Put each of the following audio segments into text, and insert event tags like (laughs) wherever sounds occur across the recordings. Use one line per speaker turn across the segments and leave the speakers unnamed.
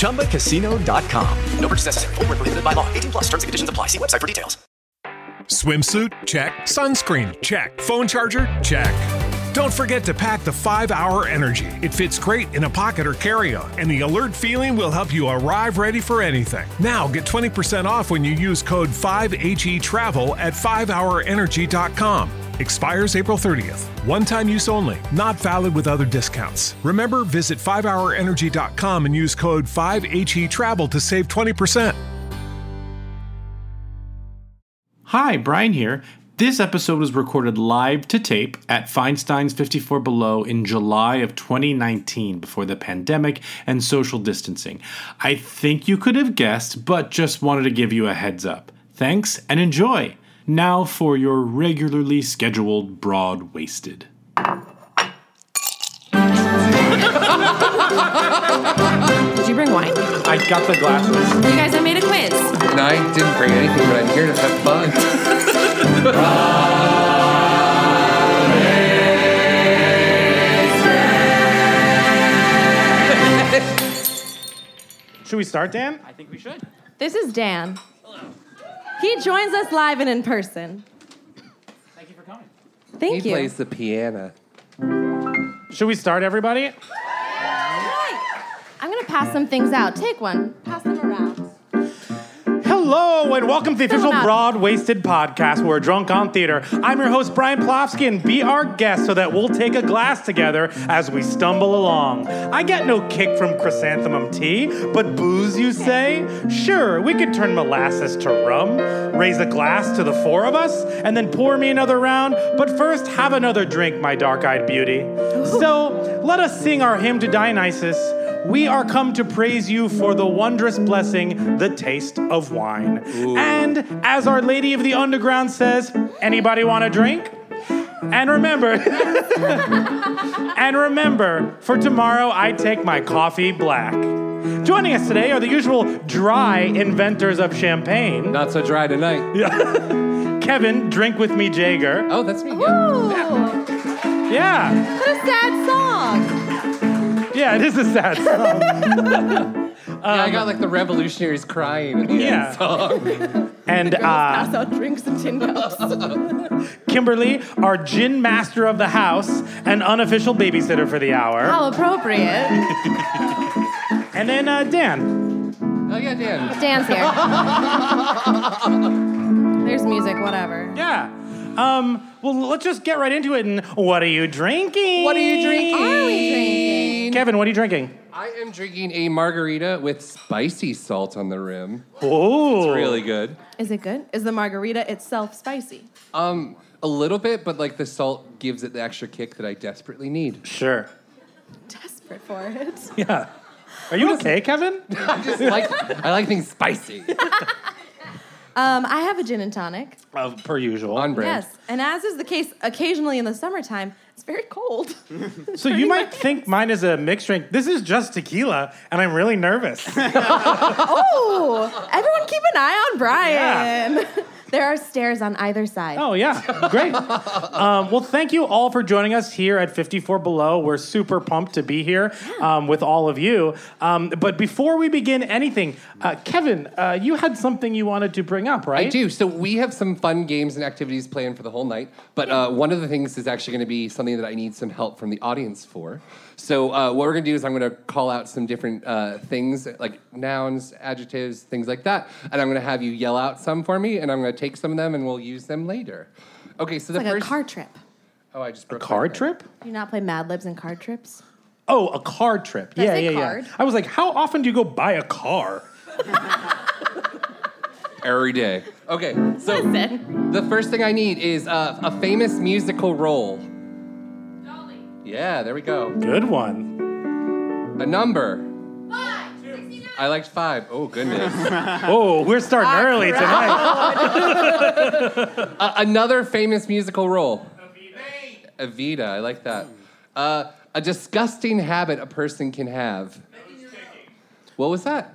ChumbaCasino.com. No purchase necessary. Void where prohibited by law. 18 plus terms and conditions apply. See website for details.
Swimsuit? Check. Sunscreen? Check. Phone charger? Check. Don't forget to pack the 5 Hour Energy. It fits great in a pocket or carry on, and the alert feeling will help you arrive ready for anything. Now get 20% off when you use code 5HETravel at 5hourenergy.com. Expires April 30th. One time use only, not valid with other discounts. Remember, visit 5hourenergy.com and use code 5HETravel to save 20%.
Hi, Brian here. This episode was recorded live to tape at Feinstein's 54 Below in July of 2019 before the pandemic and social distancing. I think you could have guessed, but just wanted to give you a heads up. Thanks and enjoy! Now for your regularly scheduled broad waisted.
Did you bring wine? You
I got the glasses.
guys, I made a quiz.
No, I didn't bring anything, but I'm here to have fun.
Should we start, Dan?
This is Dan. He joins us live and in person.
He
Thank you for coming.
plays the piano.
Should we start, everybody?
Thank you. I'm gonna pass some things out. Take one. Pass them around.
Hello and welcome to the official
Someone else.
Broad Wasted podcast where we're drunk on theater. I'm your host, Brian Plofsky, and be our guest so that we'll take a glass together as we stumble along. I get no kick from chrysanthemum tea, but booze, you say? Sure, we could turn molasses to rum, raise a glass to the four of us, and then pour me another round. But first, have another drink, my dark eyed beauty. So let us sing our hymn to Dionysus. We are come to praise you for the wondrous blessing, the taste of wine. And as Our Lady of the Underground says, anybody want a drink? And remember, (laughs) and remember, for tomorrow I take my coffee black. Joining us today are the usual dry inventors of champagne
Not so dry tonight.
Kevin, drink with me, Jaeger.
Oh, that's me. Yeah.
Ooh,
Yeah,
what a sad song.
yeah, it is a sad song.
Yeah, I got like the revolutionaries crying at the
Yeah.
end song.
And uh,
Pass out drinks and tin cups.
Kimberly, our gin master of the house and unofficial babysitter for the hour.
How appropriate.
And then uh, Dan.
Oh yeah, Dan.
Dan's (laughs) here. There's music, whatever.
Yeah. Um, well, let's just get right into it. And what are you drinking? Ah.
What are you drinking?
Are we drinking?
Kevin, what are you drinking?
I am drinking a margarita with spicy salt on the rim.
Oh,
Really good.
Is it good? Is the margarita itself spicy?
Um, a little bit, but like the salt gives it the extra kick that I desperately need. (laughs)
Sure.
(laughs) Desperate for it.
Yeah. Are you okay, Kevin?
I just like I like things spicy.
Um, I have a gin and tonic.
Uh, per usual.
On brand.
Yes, and as is the case occasionally in the summertime, it's very cold.
So you might think mine is a mixed drink. This is just tequila, and I'm really nervous.
oh, everyone keep an eye on Brian.
Yeah.
(laughs) there are stairs on either side.
Oh yeah, great. um, well, thank you all for joining us here at 54 Below. We're super pumped to be here um, with all of you. Um, but before we begin anything, uh, Kevin, uh, you had something you wanted to bring up, right?
I do. So we have some fun games and activities planned for the whole night. But uh, one of the things is actually going to be something that I need some help from the audience for. So uh, what we're going to do is I'm going to call out some different uh, things like nouns, adjectives, things like that, and I'm going to have you yell out some for me, and I'm going to take some of them and we'll use them later. Okay. So the
It's like a
first.
car trip.
oh, I just broke my
Car
pen.
trip?
Do you not play Mad Libs and car trips?
Oh, a car trip.
Did I
yeah,
say
yeah,
card?
yeah. I was like, how often do you go buy a car?
every day. Okay. So
Listen.
the first thing I need is uh, a famous musical role. Dolly. Yeah. There we go.
Good one.
A number.
Five, 69,
I liked five. Oh, goodness. (laughs)
Oh, we're starting
Ah,
early tonight.
Another famous musical role. Evita. I like that. Uh, a disgusting habit a person can have. What was that?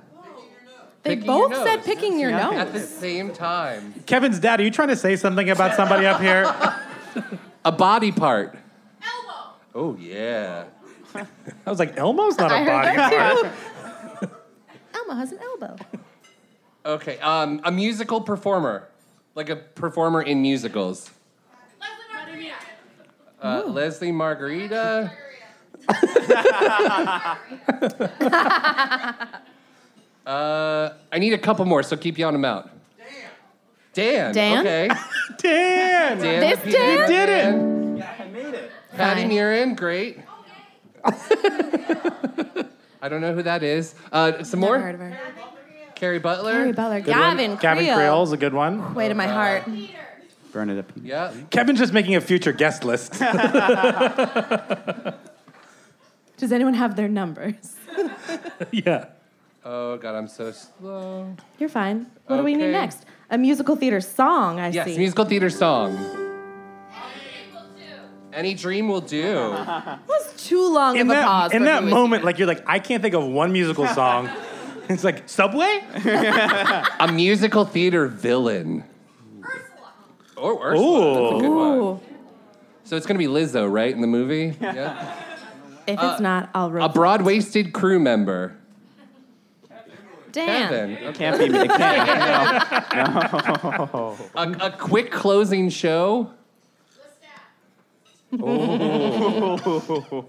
They
Picking your
both
nose.
said picking your
At the
nose.
same time.
Kevin's dad, are you trying to say something about somebody up here?
A body part. Elbow. Oh, yeah.
I was like, Elmo's not
I
a
heard
body
that
part.
too. Elmo has an elbow.
Okay. Um, a musical performer. Like a performer in musicals. Uh,
(laughs)
Leslie Margarita. uh, I need a couple more, so keep yelling them out. Dan.
Dan? (laughs)
Okay.
Dan!
Dan.
This
the Peter
Dan?
You did it.
Dan. Patty
Fine. (laughs)
Murin. Great. I don't know who that is. Uh, some more.
Never heard of her.
Carrie Butler.
Harry Butler. Gavin Creel.
Gavin Creel's a good one.
Way to my heart.
Burn it up.
Yeah.
Kevin's just making a future guest list.
Does anyone have their numbers?
(laughs) yeah.
Oh God, I'm so slow.
You're fine. What do we need
Okay.
next? A musical theater song, I
Yes,
see.
musical theater song. Any dream will do.
was too long
In
of a
that,
pause.
in
for
that
who is-
moment, like you're like, I can't think of one musical
(laughs)
song. it's like, Subway?
A musical theater villain. Oh, Ursula. Or Ursula. That's a good one.
Ooh.
So it's gonna be Lizzo, right, in the movie? Yeah.
If it's not, I'll roll.
Uh, A broad waisted crew member.
Dan.
Kevin. Okay.
Can't be me. It can't.
A, a quick closing show. Oh.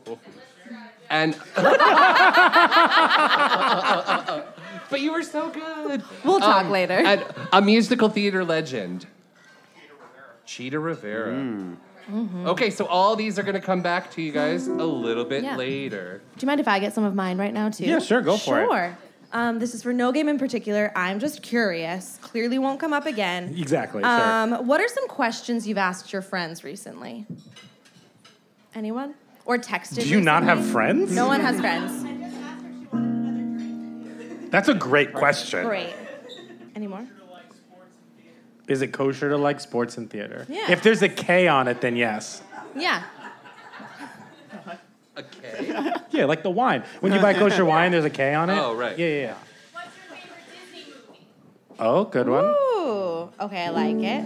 and. (laughs) but you were so good.
We'll talk
Um,
later.
At a musical theater legend. Mm. Cheetah Rivera. Mm-hmm. Okay, so all these are gonna come back to you guys a little bit
Yeah.
later.
Do you mind if I get some of mine right now, too?
Yeah, sure, go for it.
Sure. Um, this is for no game in particular. I'm just curious. Clearly won't come up again.
Exactly, sure.
Um, what are some questions you've asked your friends recently? Anyone? Or texted?
Do you not have
recently?
friends?
No one has friends.
That's a great question.
Great. Any more?
Is it kosher to like sports and theater?
Yeah.
If there's a K on it, then yes.
Yeah.
Okay.
Yeah, like the wine. When you buy kosher wine, there's a K on it.
Oh, right.
Yeah, yeah, yeah. Oh, good one.
Ooh. Okay, I like it.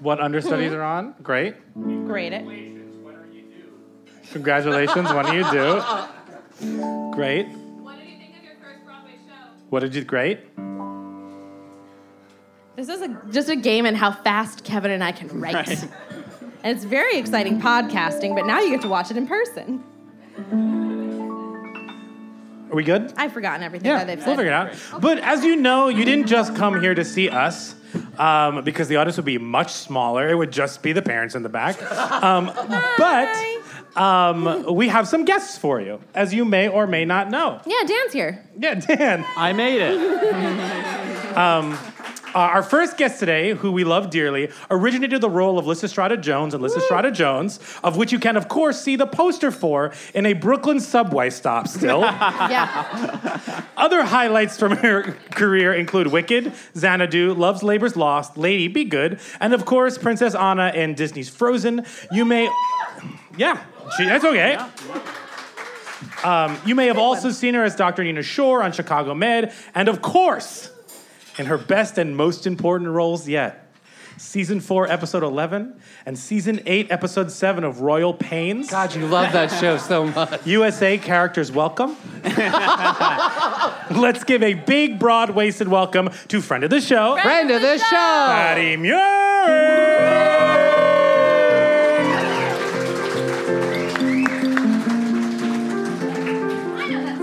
What understudies are on? Great.
Grade it.
Congratulations. What do you do?
(laughs)
Great. What did you great?
This is a, just a game in how fast Kevin and I can write. (laughs) And it's very exciting podcasting, but now you get to watch it in person.
Are we good?
I've forgotten everything
Yeah,
that they've
we'll
said.
figure it out. But as you know, you didn't just come here to see us. Um, because the audience would be much smaller. It would just be the parents in the
(laughs)
back. Um, but um, we have some guests for you, as you may or may not know.
Yeah, Dan's here.
Yeah, Dan.
I made it.
(laughs) Uh, our first guest today, who we love dearly, originated the role of Lysistrata Jones in Lysistrata Jones, of which you can, of course, see the poster for in a Brooklyn subway stop still.
(laughs) Yeah.
Other highlights from (laughs) her career include Wicked, Xanadu, Love's Labor's Lost, Lady Be Good, and of course, Princess Anna in Disney's Frozen. You may. Yeah, she, that's okay. Um, you may have also seen her as Dr. Nina Shore on Chicago Med, and of course, in her best and most important roles yet season 4, episode 11, and season 8, episode 7 of Royal Pains.
God, you love that show so much.
USA characters welcome. (laughs) Let's give a big, broad waisted welcome to friend of the show,
Friend of the show.
Patty Muir.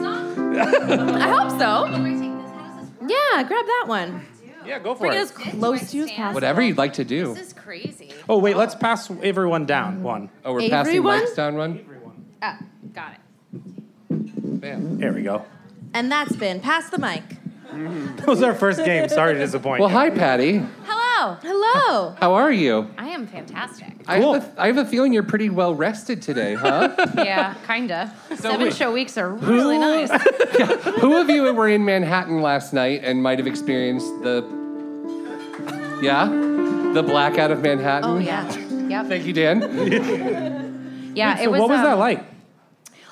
I hope so. Yeah, grab that one.
Yeah, go for
Bring it as
it.
close to you as possible.
Whatever you'd like to do.
This is crazy.
Oh, wait, let's pass everyone down one.
Oh, we're passing
Everyone?
mics down one?
Ah, got it.
Bam.
There we go. (laughs)
And that's been Pass the Mic.
That was our first game. Sorry to disappoint.
Well,
you.
hi, Patty.
Hello. Hello.
Hello.
How are you?
I am fantastic.
I, have a, I have a feeling you're pretty well rested today, (laughs) huh?
Yeah, kinda. Seven
wait.
show weeks are really nice.
Who of you were in Manhattan last night and might have experienced the, yeah, the blackout of Manhattan?
Oh yeah. Yep.
Thank you, Dan.
Yeah.
So what was
um,
that like?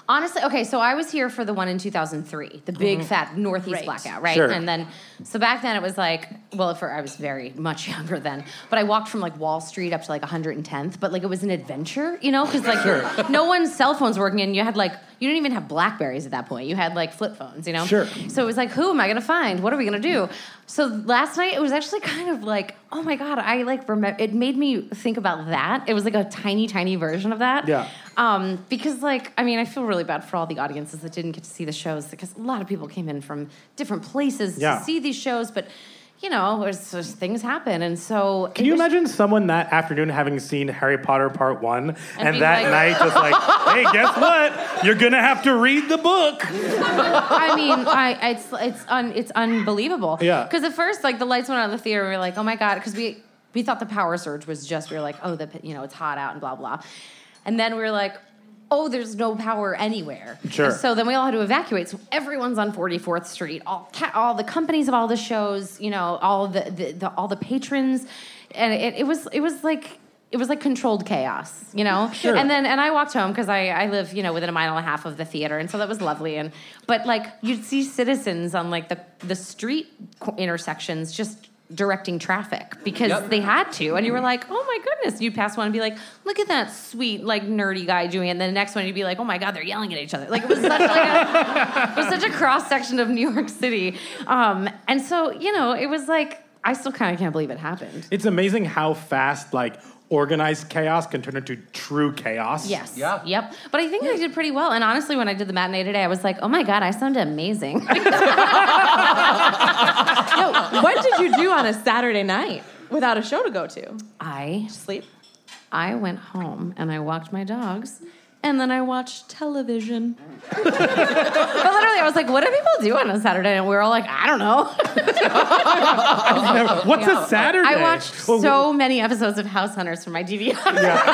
Honestly, okay, so I was here for the one in 2003, the big fat Northeast
Right.
blackout, right?
Sure.
And then, so back then it was like, well, for I was very (laughs) much younger then, but I walked from like Wall Street up to like 110th, but like it was an adventure, you know, because like no one's cell phones working, and you had like you didn't even have Blackberries at that point. You had like flip phones, you know.
Sure.
So it was like, who am I gonna find? What are we gonna do? So last night it was actually kind of like, oh my god, I like remember. It made me think about that. It was like a tiny, tiny version of that.
Yeah.
Um, because like, I mean, I feel really bad for all the audiences that didn't get to see the shows because a lot of people came in from different places
Yeah.
to see these shows, but you know, there's, there's things happen, and so
Can you imagine someone that afternoon having seen Harry Potter Part One and,
being
that
like-
night
(laughs)
just like, hey, guess what? You're gonna have to read the book. (laughs)
I mean, I, it's it's un, it's unbelievable.
Yeah.
Because at first, like the lights went out in the theater, we were like, oh my god, because we we thought the power surge was just we were like, oh, the you know it's hot out and blah blah, and then we were like. Oh, there's no power anywhere.
Sure.
So then we all had to evacuate. So everyone's on 44th Street. All ca- all the companies of all the shows, you know, all the, the, the all the patrons, and it, it was it was like it was like controlled chaos, you know.
Sure.
And then and, and I walked home because I, I live, you know, within a mile and a half of the theater, and so that was lovely. And but like you'd see citizens on like the the street co- intersections just directing traffic because
Yep.
they had to, and you were like, oh my goodness, you'd pass one and be like, look at that sweet like nerdy guy doing it, and then the next one you'd be like, oh my god, they're yelling at each other. Like it was such like a, it was such a cross section of New York City, um, and so you know it was like I still kind of can't believe it happened.
It's amazing how fast like organized chaos can turn into true chaos. (laughs)
Yes.
Yeah.
Yep. But I think I did pretty well. And honestly, when I did the matinee today, I was like, oh my God, I sound amazing.
No, what did you do on a Saturday night without a show to go to?
I
Sleep.
I went home and I walked my dogs and then I watched television. but literally, I was like, what do people do on a Saturday? And we were all like, I don't know.
What's a Saturday?
I watched
Well,
so many episodes of House Hunters from my DVR.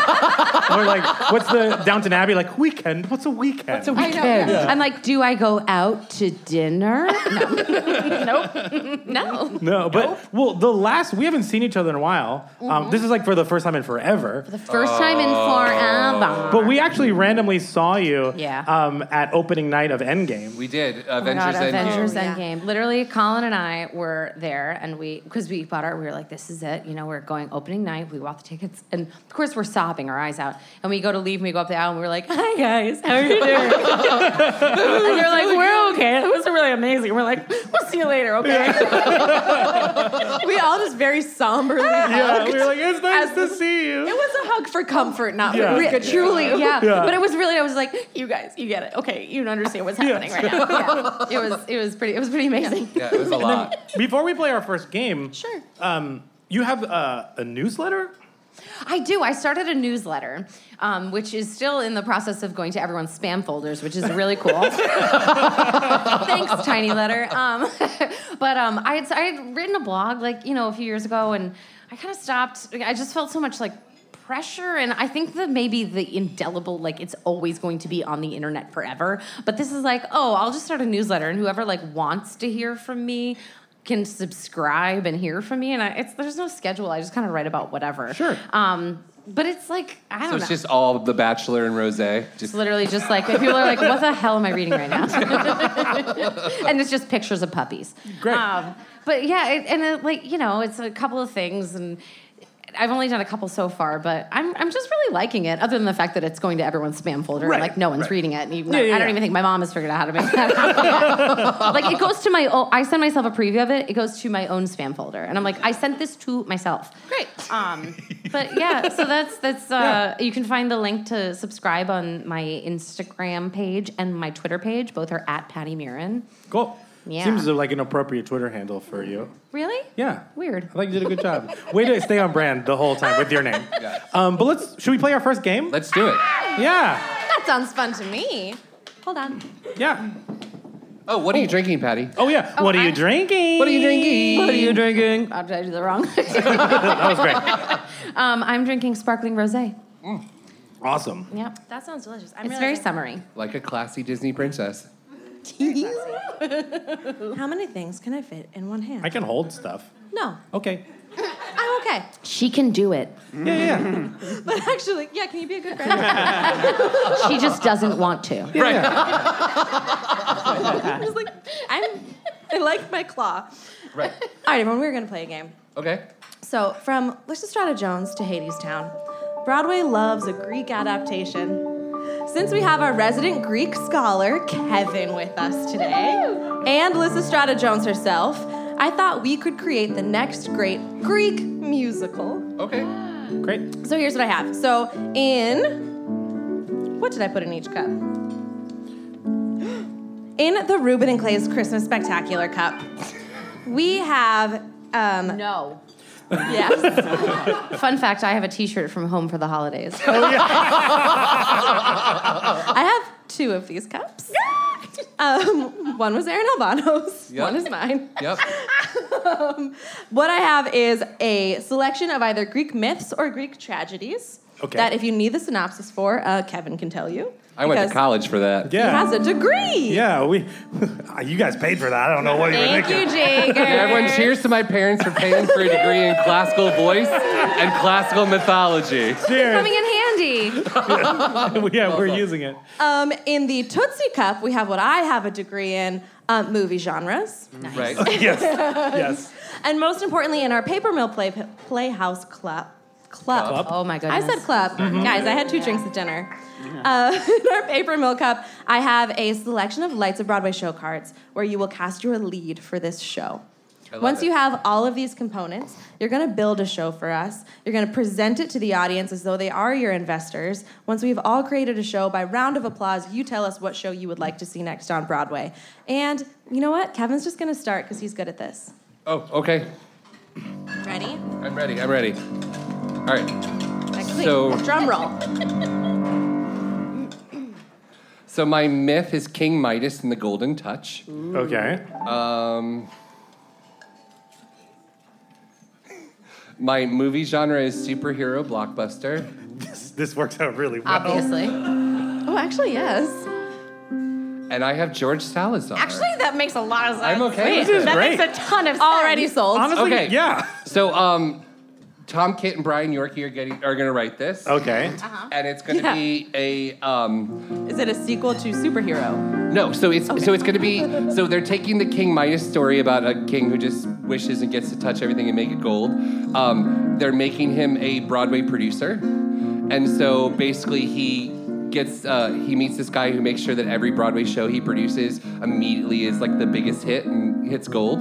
(laughs)
Or like, what's the Downton Abbey like weekend? What's a weekend? What's a
I know. I'm like, do I go out to (laughs) dinner? No. nope. no.
No, but well, the last we haven't seen each other in a while. Um, this is like for the first time in forever.
Mm-hmm. The first time in forever.
Oh. But we actually randomly saw you
Yeah.
um, at opening night
(laughs)
of Endgame.
We did
Oh my
Avengers
God,
Endgame.
Avengers
yeah.
Endgame. Literally, Colin and I were there, and we because we bought our, we were like, "This is it." You know, we're going opening night. We bought the tickets, and of course, we're sobbing our eyes out. And we go to leave, and we go up the aisle, and we're like, "Hi guys, how are (laughs) you doing?" and they're like, "We're okay. It was really amazing." And we're like, "We'll see you later, (laughs) okay?"
We all just very somberly
yeah,
hugged.
we were like, it's nice
As-
to see you.
It
(laughs)
was a hug for comfort, not
Yeah.
for
Yeah.
good. Truly,
yeah.
Yeah.
but it was really. I was like, "You guys, you get it, okay? You don't understand what's happening right
(laughs)
now." Yeah. It was, it was pretty, it was pretty amazing. (laughs)
Yeah, it was a lot.
Before we play our first game,
Sure.
um, you have uh, a newsletter.
I do. I started a newsletter, um, which is still in the process of going to everyone's spam folders, which is really cool. Thanks, Tiny Letter. Um, (laughs) but um, I, had, I had written a blog like you know a few years ago, and I kind of stopped. I just felt so much like pressure, and I think that maybe the indelible like it's always going to be on the internet forever. But this is like, oh, I'll just start a newsletter, and whoever like wants to hear from me can subscribe and hear from me. And I, it's there's no schedule. I just kind of write about whatever.
Sure.
Um, but it's like I don't know.
So it's just all The Bachelor and Rosé. Just
It's literally just like people are like, "What the hell am I reading right now?" (laughs) and it's just pictures of puppies.
Great.
Um, but yeah, it, and it, like you know, it's a couple of things, and I've only done a couple so far, but I'm I'm just really liking it. Other than the fact that it's going to everyone's spam folder,
Right,
and like no one's
right.
reading it, and even,
Yeah, yeah,
I don't
yeah.
even think my mom has figured out how to make that. (laughs) happen yet. like it goes to my own. I send myself a preview of it. It goes to my own spam folder, and I'm like, I sent this to myself.
Great.
Um, but yeah, so that's that's uh, you can find the link to subscribe on my Instagram page and my Twitter page. Both are at Patty Murin.
Cool.
Yeah.
Seems like an appropriate Twitter handle for you.
Really?
Yeah.
Weird.
I think you did a good
(laughs)
job. Way to stay on brand the whole time with your name. Um, but let's should we play our first game?
let's do it.
yeah.
That sounds fun to me.
Hold on.
Yeah.
Oh, what are you drinking, Patty?
Oh yeah. what are
I-
you drinking?
What are you drinking?
What are you drinking? Oh, did I do the wrong?
that was great.
um, I'm drinking sparkling rosé.
Awesome.
Yep.
That sounds delicious. I'm
It's very summery.
Like a classy Disney princess.
(laughs)
How many things can I fit in one hand?
I can hold stuff.
no,
Okay.
I'm okay.
She can do it.
Yeah, yeah.
(laughs) But actually, yeah, can you be a good friend?
(laughs) She just doesn't want to.
(laughs)
(laughs)
I'm just like, I'm, I like my claw.
Right.
All right, everyone, we're going to play a game.
Okay.
So, from Lysistrata Jones to Hadestown, Broadway loves a Greek adaptation. Since we have our resident Greek scholar, Kevin, with us today, and Lysistrata Jones herself, I thought we could create the next great Greek musical.
(laughs)
Okay.
Great.
So here's what I have. So in what did I put in each cup? (gasps) In the Reuben and Clay's Christmas Spectacular cup, we have um,
No.
yes,
(laughs) Fun fact: I have a T-shirt from Home for the Holidays.
I have two of these cups. um, one was Aaron Albano's.
Yep.
One is mine.
Yep.
um, what I have is a selection of either Greek myths or Greek tragedies.
Okay.
That if you need the synopsis for, uh, Kevin can tell you.
I went to
because
college for that.
He
Yeah.
has a degree.
yeah, we (laughs) you guys paid for that. I don't know what you were
Thank
thinking.
you, Jager.
Everyone, cheers to my parents for paying for a degree in classical voice and classical mythology.
Coming in handy.
(laughs) yeah, we're using it.
Um, in the Tootsie Cup, we have what I have a degree in um, movie genres.
Right.
yes. Yes.
And most importantly, in our paper mill play, playhouse club. Club.
Oh my
I
goodness.
said club.
Mm-hmm.
Guys, I had two drinks at dinner. Uh, (laughs) in our paper mill cup, I have a selection of Lights of Broadway show cards where you will cast your lead for this show.
love
Once
it.
you have all of these components, you're going to build a show for us. You're going to present it to the audience as though they are your investors. Once we've all created a show, by round of applause, you tell us what show you would like to see next on Broadway. And you know what? Kevin's just going to start because he's good at this.
Oh, okay.
Ready?
I'm ready. I'm ready. All right.
Actually,
So-
drum roll.
So my myth is King Midas and the Golden Touch.
Okay.
Um, my movie genre is superhero blockbuster.
This, this works out really well.
Obviously.
Oh, actually, yes.
And I have George Salazar.
Actually, that makes a lot of sense.
I'm okay.
This is
that
great.
makes a ton of sense.
Already sold.
Honestly,
Okay.
yeah.
So, um, Tom Kitt and Brian Yorkie are getting are gonna write this,
Okay.
and it's gonna
Yeah.
be a um,
Is it a sequel to Superhero?
no. So it's so it's gonna be so they're taking the King Midas story about a king who just wishes and gets to touch everything and make it gold. Um, they're making him a Broadway producer, and so basically he gets uh, he meets this guy who makes sure that every Broadway show he produces immediately is like the biggest hit and hits gold.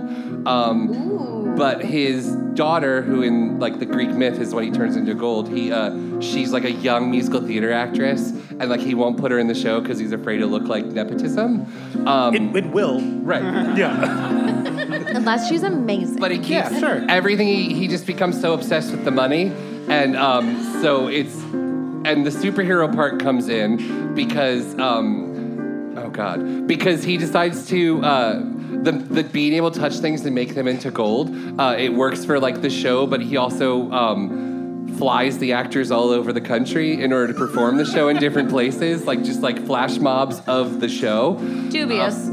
Um, but his daughter who in like the greek myth is when he turns into gold he uh, she's like a young musical theater actress and like he won't put her in the show because he's afraid to look like nepotism um,
It, it will.
right
Yeah.
Unless she's amazing.
but it keeps
Yeah, sure.
everything he, he just becomes so obsessed with the money and um, so it's and the superhero part comes in because um, oh god because he decides to uh, the, the being able to touch things and make them into gold uh, it works for like the show but he also um, flies the actors all over the country in order to perform the show in different places like just like flash mobs of the show
Dubious.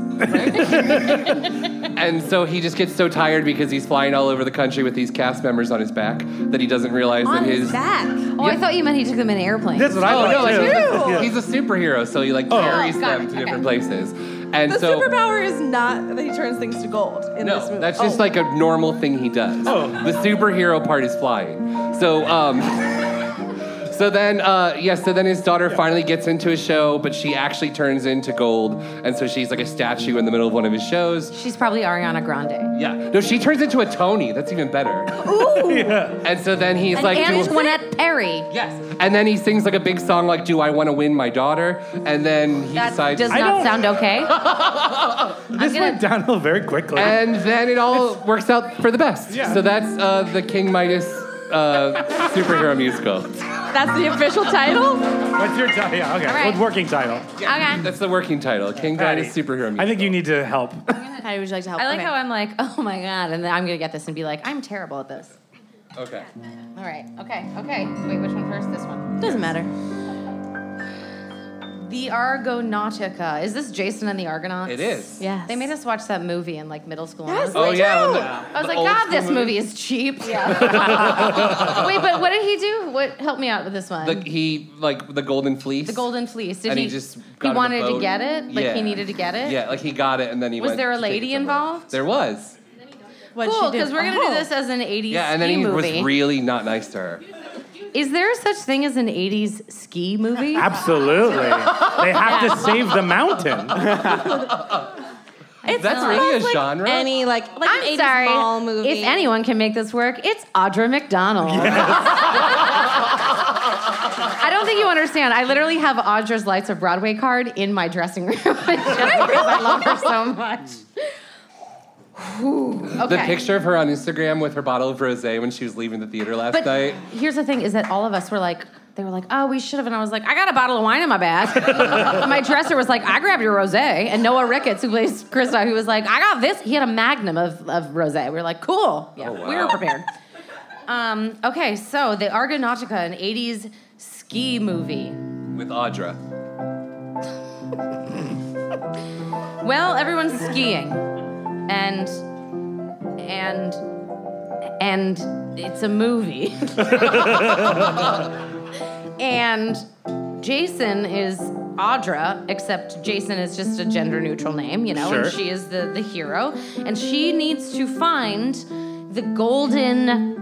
and so he just gets so tired because he's flying all over the country with these cast members on his back that he doesn't realize
On
that
his
his.
back.
Oh, I thought you meant he took them in an airplane.
That's what I
Oh
like.
no! Like,
too. Yeah.
he's, a, he's a superhero, so he like carries
Oh, got
them
it,
to
okay.
different places, and
The
so
superpower is not that he turns things to gold in this
no,
movie.
that's just
Oh.
like a normal thing he does.
Oh.
The superhero part is flying. So um, (laughs) so then uh, yeah, so then his daughter finally gets into a show, but she actually turns into gold, and so she's like a statue in the middle of one of his shows.
She's probably Ariana Grande.
Yeah. No, she turns into a Tony. That's even better. Ooh. (laughs) And so then he's like, do-
Antoinette Perry.
yes. And then he sings like a big song like, "Do I Want to Win My Daughter?" And then he
That
decides. (laughs)
does
I
not
don't-
sound okay.
This
gonna-
went
Uh,
downhill very quickly.
and then it all works out for the best.
Yeah.
So that's uh, the King Midas uh, superhero musical.
That's the official title?
What's your title? Yeah, okay.
right.
What's working title?
Okay.
That's the working title. King Diamond Superhero Musical.
I think you need to help.
Patty, would you like to help?
I like
Okay.
how I'm like, (laughs) oh my god, and then I'm gonna get this and be like, I'm terrible at this.
Okay.
All right. Okay. Okay. Wait, which one first? This one.
Doesn't matter.
The Argonautica. Is this Jason and the Argonauts?
It is.
Yes.
They made us watch that movie in like middle school. and I
Yes,
was
they
Oh,
do.
yeah, when the-
I was
The
like,
old
God,
school
this
movie.
movie. is cheap. (laughs) Wait, but what did he do? What help me out with this one?
The, he like the Golden Fleece.
The golden fleece. Did
And
he,
he just got
he
in the
wanted to
boat.
get it? Like
Yeah.
he needed to get it?
Yeah, like he got it, and then he
Was
went
there a
to take it
lady
somewhere.
involved?
There was.
What she
Cool,
did-
because we're gonna
Oh.
do this as an '80s
Yeah, and then
ski
he
movie.
was really not nice to her.
Is there such thing as an '80s ski movie?
Absolutely. they have to save the mountain.
It's
That's
not.
really a
like
genre?
Any like like an
I'm
80s
sorry.
mall movie.
If anyone can make this work, it's Audra McDonald. (laughs) I don't think you understand. I literally have Audra's Lights of Broadway card in my dressing room (laughs) just because I love her so much. Whew.
The
Okay.
picture of her on Instagram with her bottle of rosé when she was leaving the theater last
But
night.
here's the thing: is that all of us were like, they were like, "Oh, we should have," and I was like, "I got a bottle of wine in my bag." And (laughs) my dresser was like, "I grabbed your rosé," and Noah Ricketts, who plays Krista, who was like, "I got this." He had a magnum of of rosé. We were like, "Cool, yeah,
Oh, wow.
we were prepared." Um, okay, so the Argonautica, an '80s ski movie.
with Audra.
Well, everyone's skiing, and and and it's a movie. and Jason is Audra, except Jason is just a gender neutral name, you know,
Sure.
and she is the the hero, and she needs to find the golden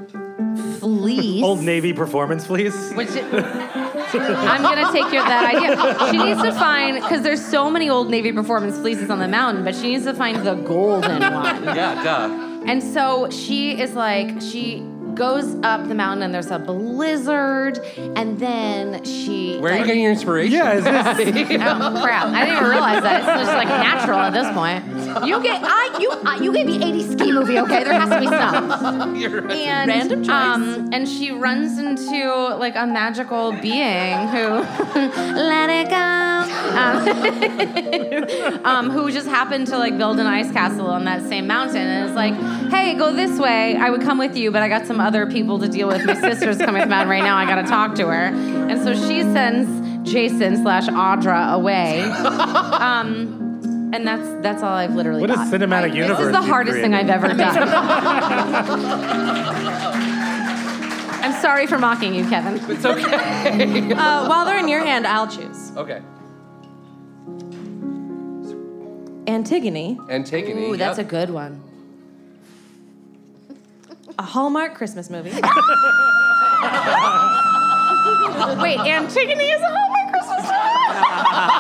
fleece.
Old Navy performance, please.
Which it, I'm gonna take your that idea. She needs to find because there's so many old Navy performance fleeces on the mountain, but she needs to find the golden one.
Yeah,
(laughs)
duh.
And so she is like she goes up the mountain and there's a blizzard, and then she
Where are you getting your inspiration?
Yeah, is this
(laughs) Oh crap! I didn't even realize that. It's just like natural at this point. You get I you I, you gave me 80s ski movie. Okay, there has to be some.
(laughs)
And
Random choice.
um and she runs into like a magical being who (laughs) let it go um, um, who just happened to like build an ice castle on that same mountain and is like hey go this way I would come with you but I got some other people to deal with my sister's coming down right now I gotta talk to her and so she sends Jason slash Audra away um, and that's that's all I've literally
What a
got.
cinematic universe
this is the
you've
hardest thing I've
created.
ever done
(laughs)
I'm sorry for mocking you, Kevin.
It's okay.
uh, while they're in your hand, I'll choose
okay.
Antigone,
Antigone.
Ooh, that's a
yep.
good one.
a Hallmark Christmas movie.
Wait,
Uh-huh.
Antigone is a Hallmark Christmas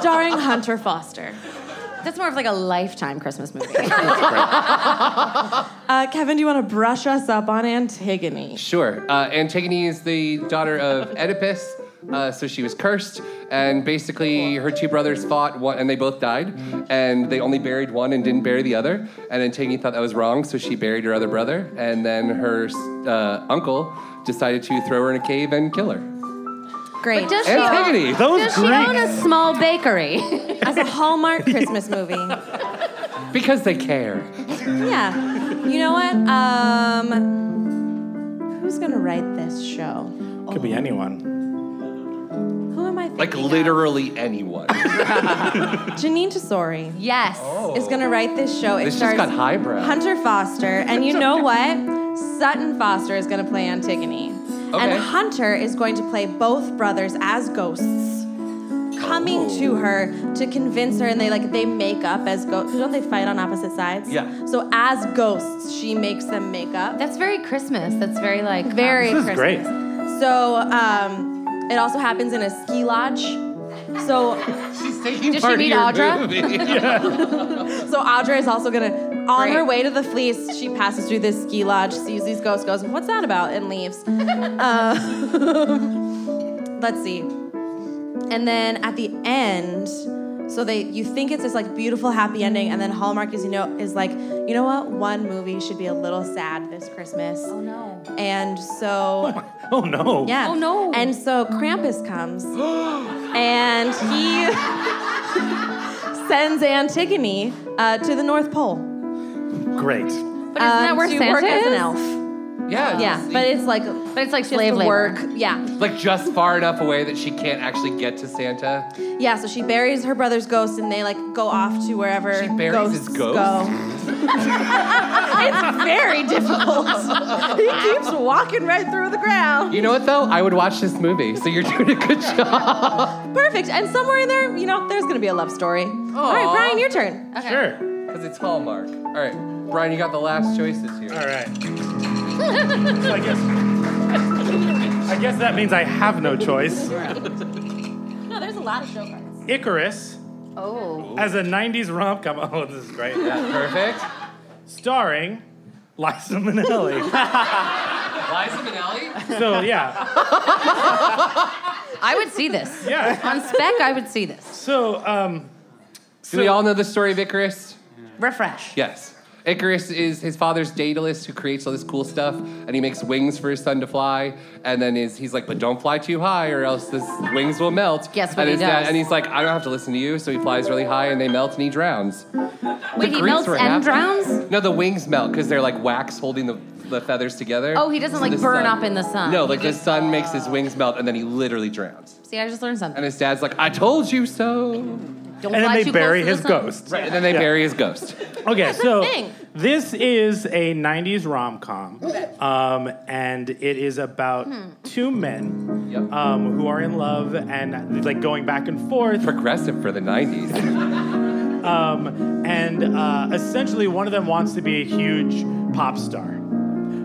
(laughs) starring Hunter Foster.
that's more of like a lifetime Christmas movie.
Uh, Kevin, do you want to brush us up on Antigone?
Sure. Uh, Antigone is the daughter of Oedipus, uh, so she was cursed, and basically her two brothers fought, one, and they both died, and they only buried one and didn't bury the other. And Antigone thought that was wrong, so she buried her other brother, and then her uh, uncle decided to throw her in a cave and kill her.
(laughs) Great.
Does she
Antigone.
own,
(laughs) Those
does she own
Greeks.
a small bakery?
(laughs) As a Hallmark Christmas
(laughs)
movie.
Because they care.
Yeah. You know what? Um, who's going to write this show?
could be anyone?
Who am I thinking?
Like
of?
literally anyone.
Janine Tesori
yes.
is going to write this show. It
Oh. This just
stars
got highbrow.
Hunter Foster, and you
(laughs)
know what? Sutton Foster is going to play Antigone.
Okay.
And Hunter is going to play both brothers as ghosts. Coming to her to convince her, and they like they make up as ghosts. Don't they fight on opposite sides?
Yeah.
So as ghosts, she makes them make up.
That's very Christmas. That's very like um,
very
This is
Christmas.
great.
So um, it also happens in a ski lodge. So
She's taking
Does she meet Audra?
so Audra is also gonna on
Great.
her way to the fleece. She passes through this ski lodge, sees these ghosts, goes, "What's that about?" and
(laughs)
leaves. Um, (laughs) uh, let's see. And then at the end, So they you think it's this like beautiful happy ending, and then Hallmark is you know is like, you know what? One movie should be a little sad this Christmas.
Oh no.
And so
Oh no.
yeah.
Oh, no.
And so Krampus
(gasps)
comes and he sends Antigone uh, to the North Pole.
Great.
But isn't that
um,
where
to
Santa
work as
is?
an elf.
Yeah.
Yeah,
just-
but it's like
But it's like
she has
slave
to
labor. (laughs)
work. (laughs) Yeah.
like just far enough away that she can't actually get to Santa.
Yeah, so she buries her brother's ghost and they like go off to wherever
She buries
ghosts
his
(laughs)
ghost?
go. it's very difficult.
(laughs)
he keeps walking right through the ground.
You know what though? I would watch this movie. So you're doing a good (laughs) job.
Perfect. And somewhere in there, you know, there's gonna be a love story. All right, Brian, your turn.
Sure.
Because it's Hallmark. All right, Brian, you got the last choice this year.
All right. So I guess. I guess that means I have no choice.
No, there's a lot of show cards.
Icarus
Oh.
as a '90s rom com. Oh, this is great.
Perfect.
Starring Liza Minnelli.
Liza Minnelli.
so yeah,
I would see this.
yeah.
On spec, I would see this.
So um,
Do we all know the story of Icarus?
Refresh.
Yes. Icarus is his father's Daedalus who creates all this cool stuff, and he makes wings for his son to fly. And then is he's like, "But don't fly too high, or else the wings will melt."
Guess what
and
he
his dad-
does.
and he's like, "I don't have to listen to you." So he flies really high, and they melt, and he drowns.
Wait, he
Greeks
melts
were
and
happy.
drowns?
No, the wings melt because they're like wax holding the, the feathers together.
Oh, he doesn't, like,
the
burn up in the sun.
uh, No,
He
like the
just-
sun makes his wings melt, and then he literally drowns.
See, I just learned something.
And his dad's like, "I told you so."
Don't
and then
fly
they
too
bury
close
his
to the sun.
ghost.
Right, and then they bury his ghost.
Okay,
That's a
so
thing.
this is a 90s rom com, um, and it is about two men
Yep.
um, who are in love and like going back and forth.
Progressive for the '90s.
Um, and uh, essentially, one of them wants to be a huge pop star.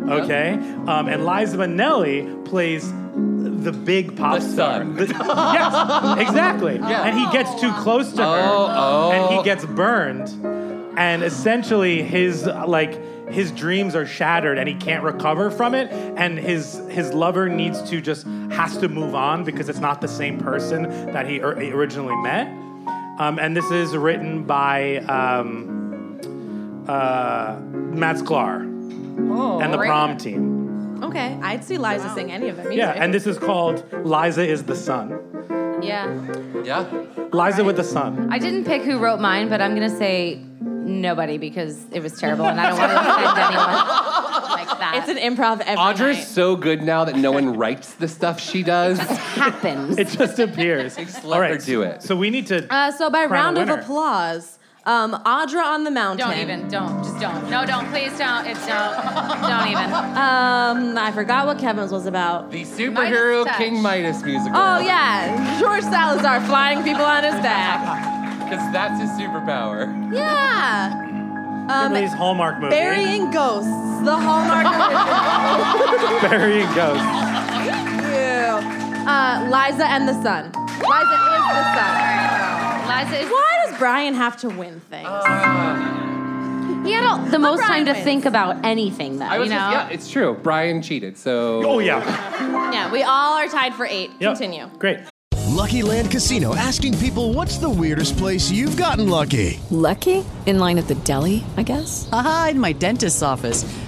Okay? Um, and Liza Minnelli plays the big pop
The
star.
son.
yes, exactly.
(laughs)
And he gets too close to her.
Oh, oh.
And he gets burned. And essentially, his, like, his dreams are shattered and he can't recover from it and his his lover needs to just has to move on because it's not the same person that he or- originally met um, and this is written by um, uh, Matt Sklar
Oh,
and the
great.
prom team.
Okay, I'd see Liza sing any of it.
Yeah, and this is called Liza is the Sun.
Yeah.
yeah.
Liza with the Sun.
I didn't pick who wrote mine, but I'm going to say nobody because it was terrible and I don't want to
(laughs)
offend anyone like that.
it's an improv every
Audra's
night.
so good now that no one writes the stuff
(laughs)
she does. (laughs)
happens.
It (laughs) just appears.
let her do it.
So we need to.
Uh, so by round
Crown a
of
winner.
applause, um, Audra on the mountain.
Don't even. Don't. Just don't. No, don't. Please don't. It's don't. Don't even.
Um, I forgot what Kevin's was about.
the superhero
Touch.
King Midas musical.
Oh yeah, George Salazar flying people on his back.
Because that's his superpower.
Yeah.
Kimberly's
Um,
Hallmark movie.
burying ghosts, the Hallmark
Burying Ghosts.
original.
(laughs)
uh, Liza and the Sun. Liza is the Sun.
Liza is.
Why does Brian have to win things?
Uh,
He had all, the most time to
wins.
think about anything, though.
I was
you know.
just, yeah, it's true. Brian cheated, so.
Oh, yeah.
yeah, we all are tied for eight.
Yep.
Continue.
Great.
Lucky Land Casino asking people what's the weirdest place you've gotten lucky?
Lucky? In line at the deli, I guess?
Aha, in my dentist's office.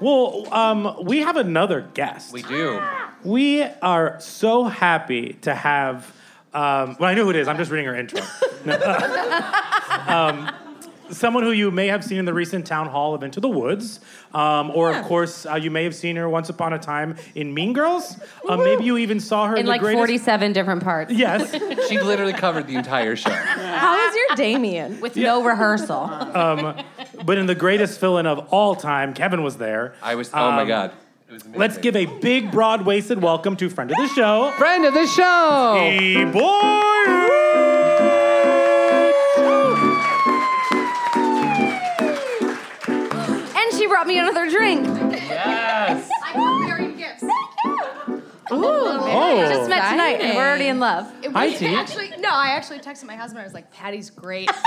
Well, um, we have another guest.
We do.
We are so happy to (laughs) have. Um, well, I know who it is. I'm just reading her intro. No, uh, um, someone who you may have seen in the recent town hall of Into the Woods, um, or
Yeah.
of course uh, you may have seen her once upon a time in Mean Girls. Uh, maybe you even saw her in,
in
the
like
greatest.
47 different parts.
(laughs) Yes.
she literally covered the entire show.
How is your Damien? With no rehearsal.
Um, but in the greatest villain of all time, Kevin was there.
I was. Oh my
Um,
god.
Let's give a big, broad-waisted welcome to friend of the show,
friend of the show,
hey boy.
And she brought me another drink.
Yes.
I brought varied gifts.
Ooh.
Oh. Just met tonight, and we're already in love.
It
Hi,
was
T.
actually no. I actually texted my husband. I was like, "Patty's great." (laughs)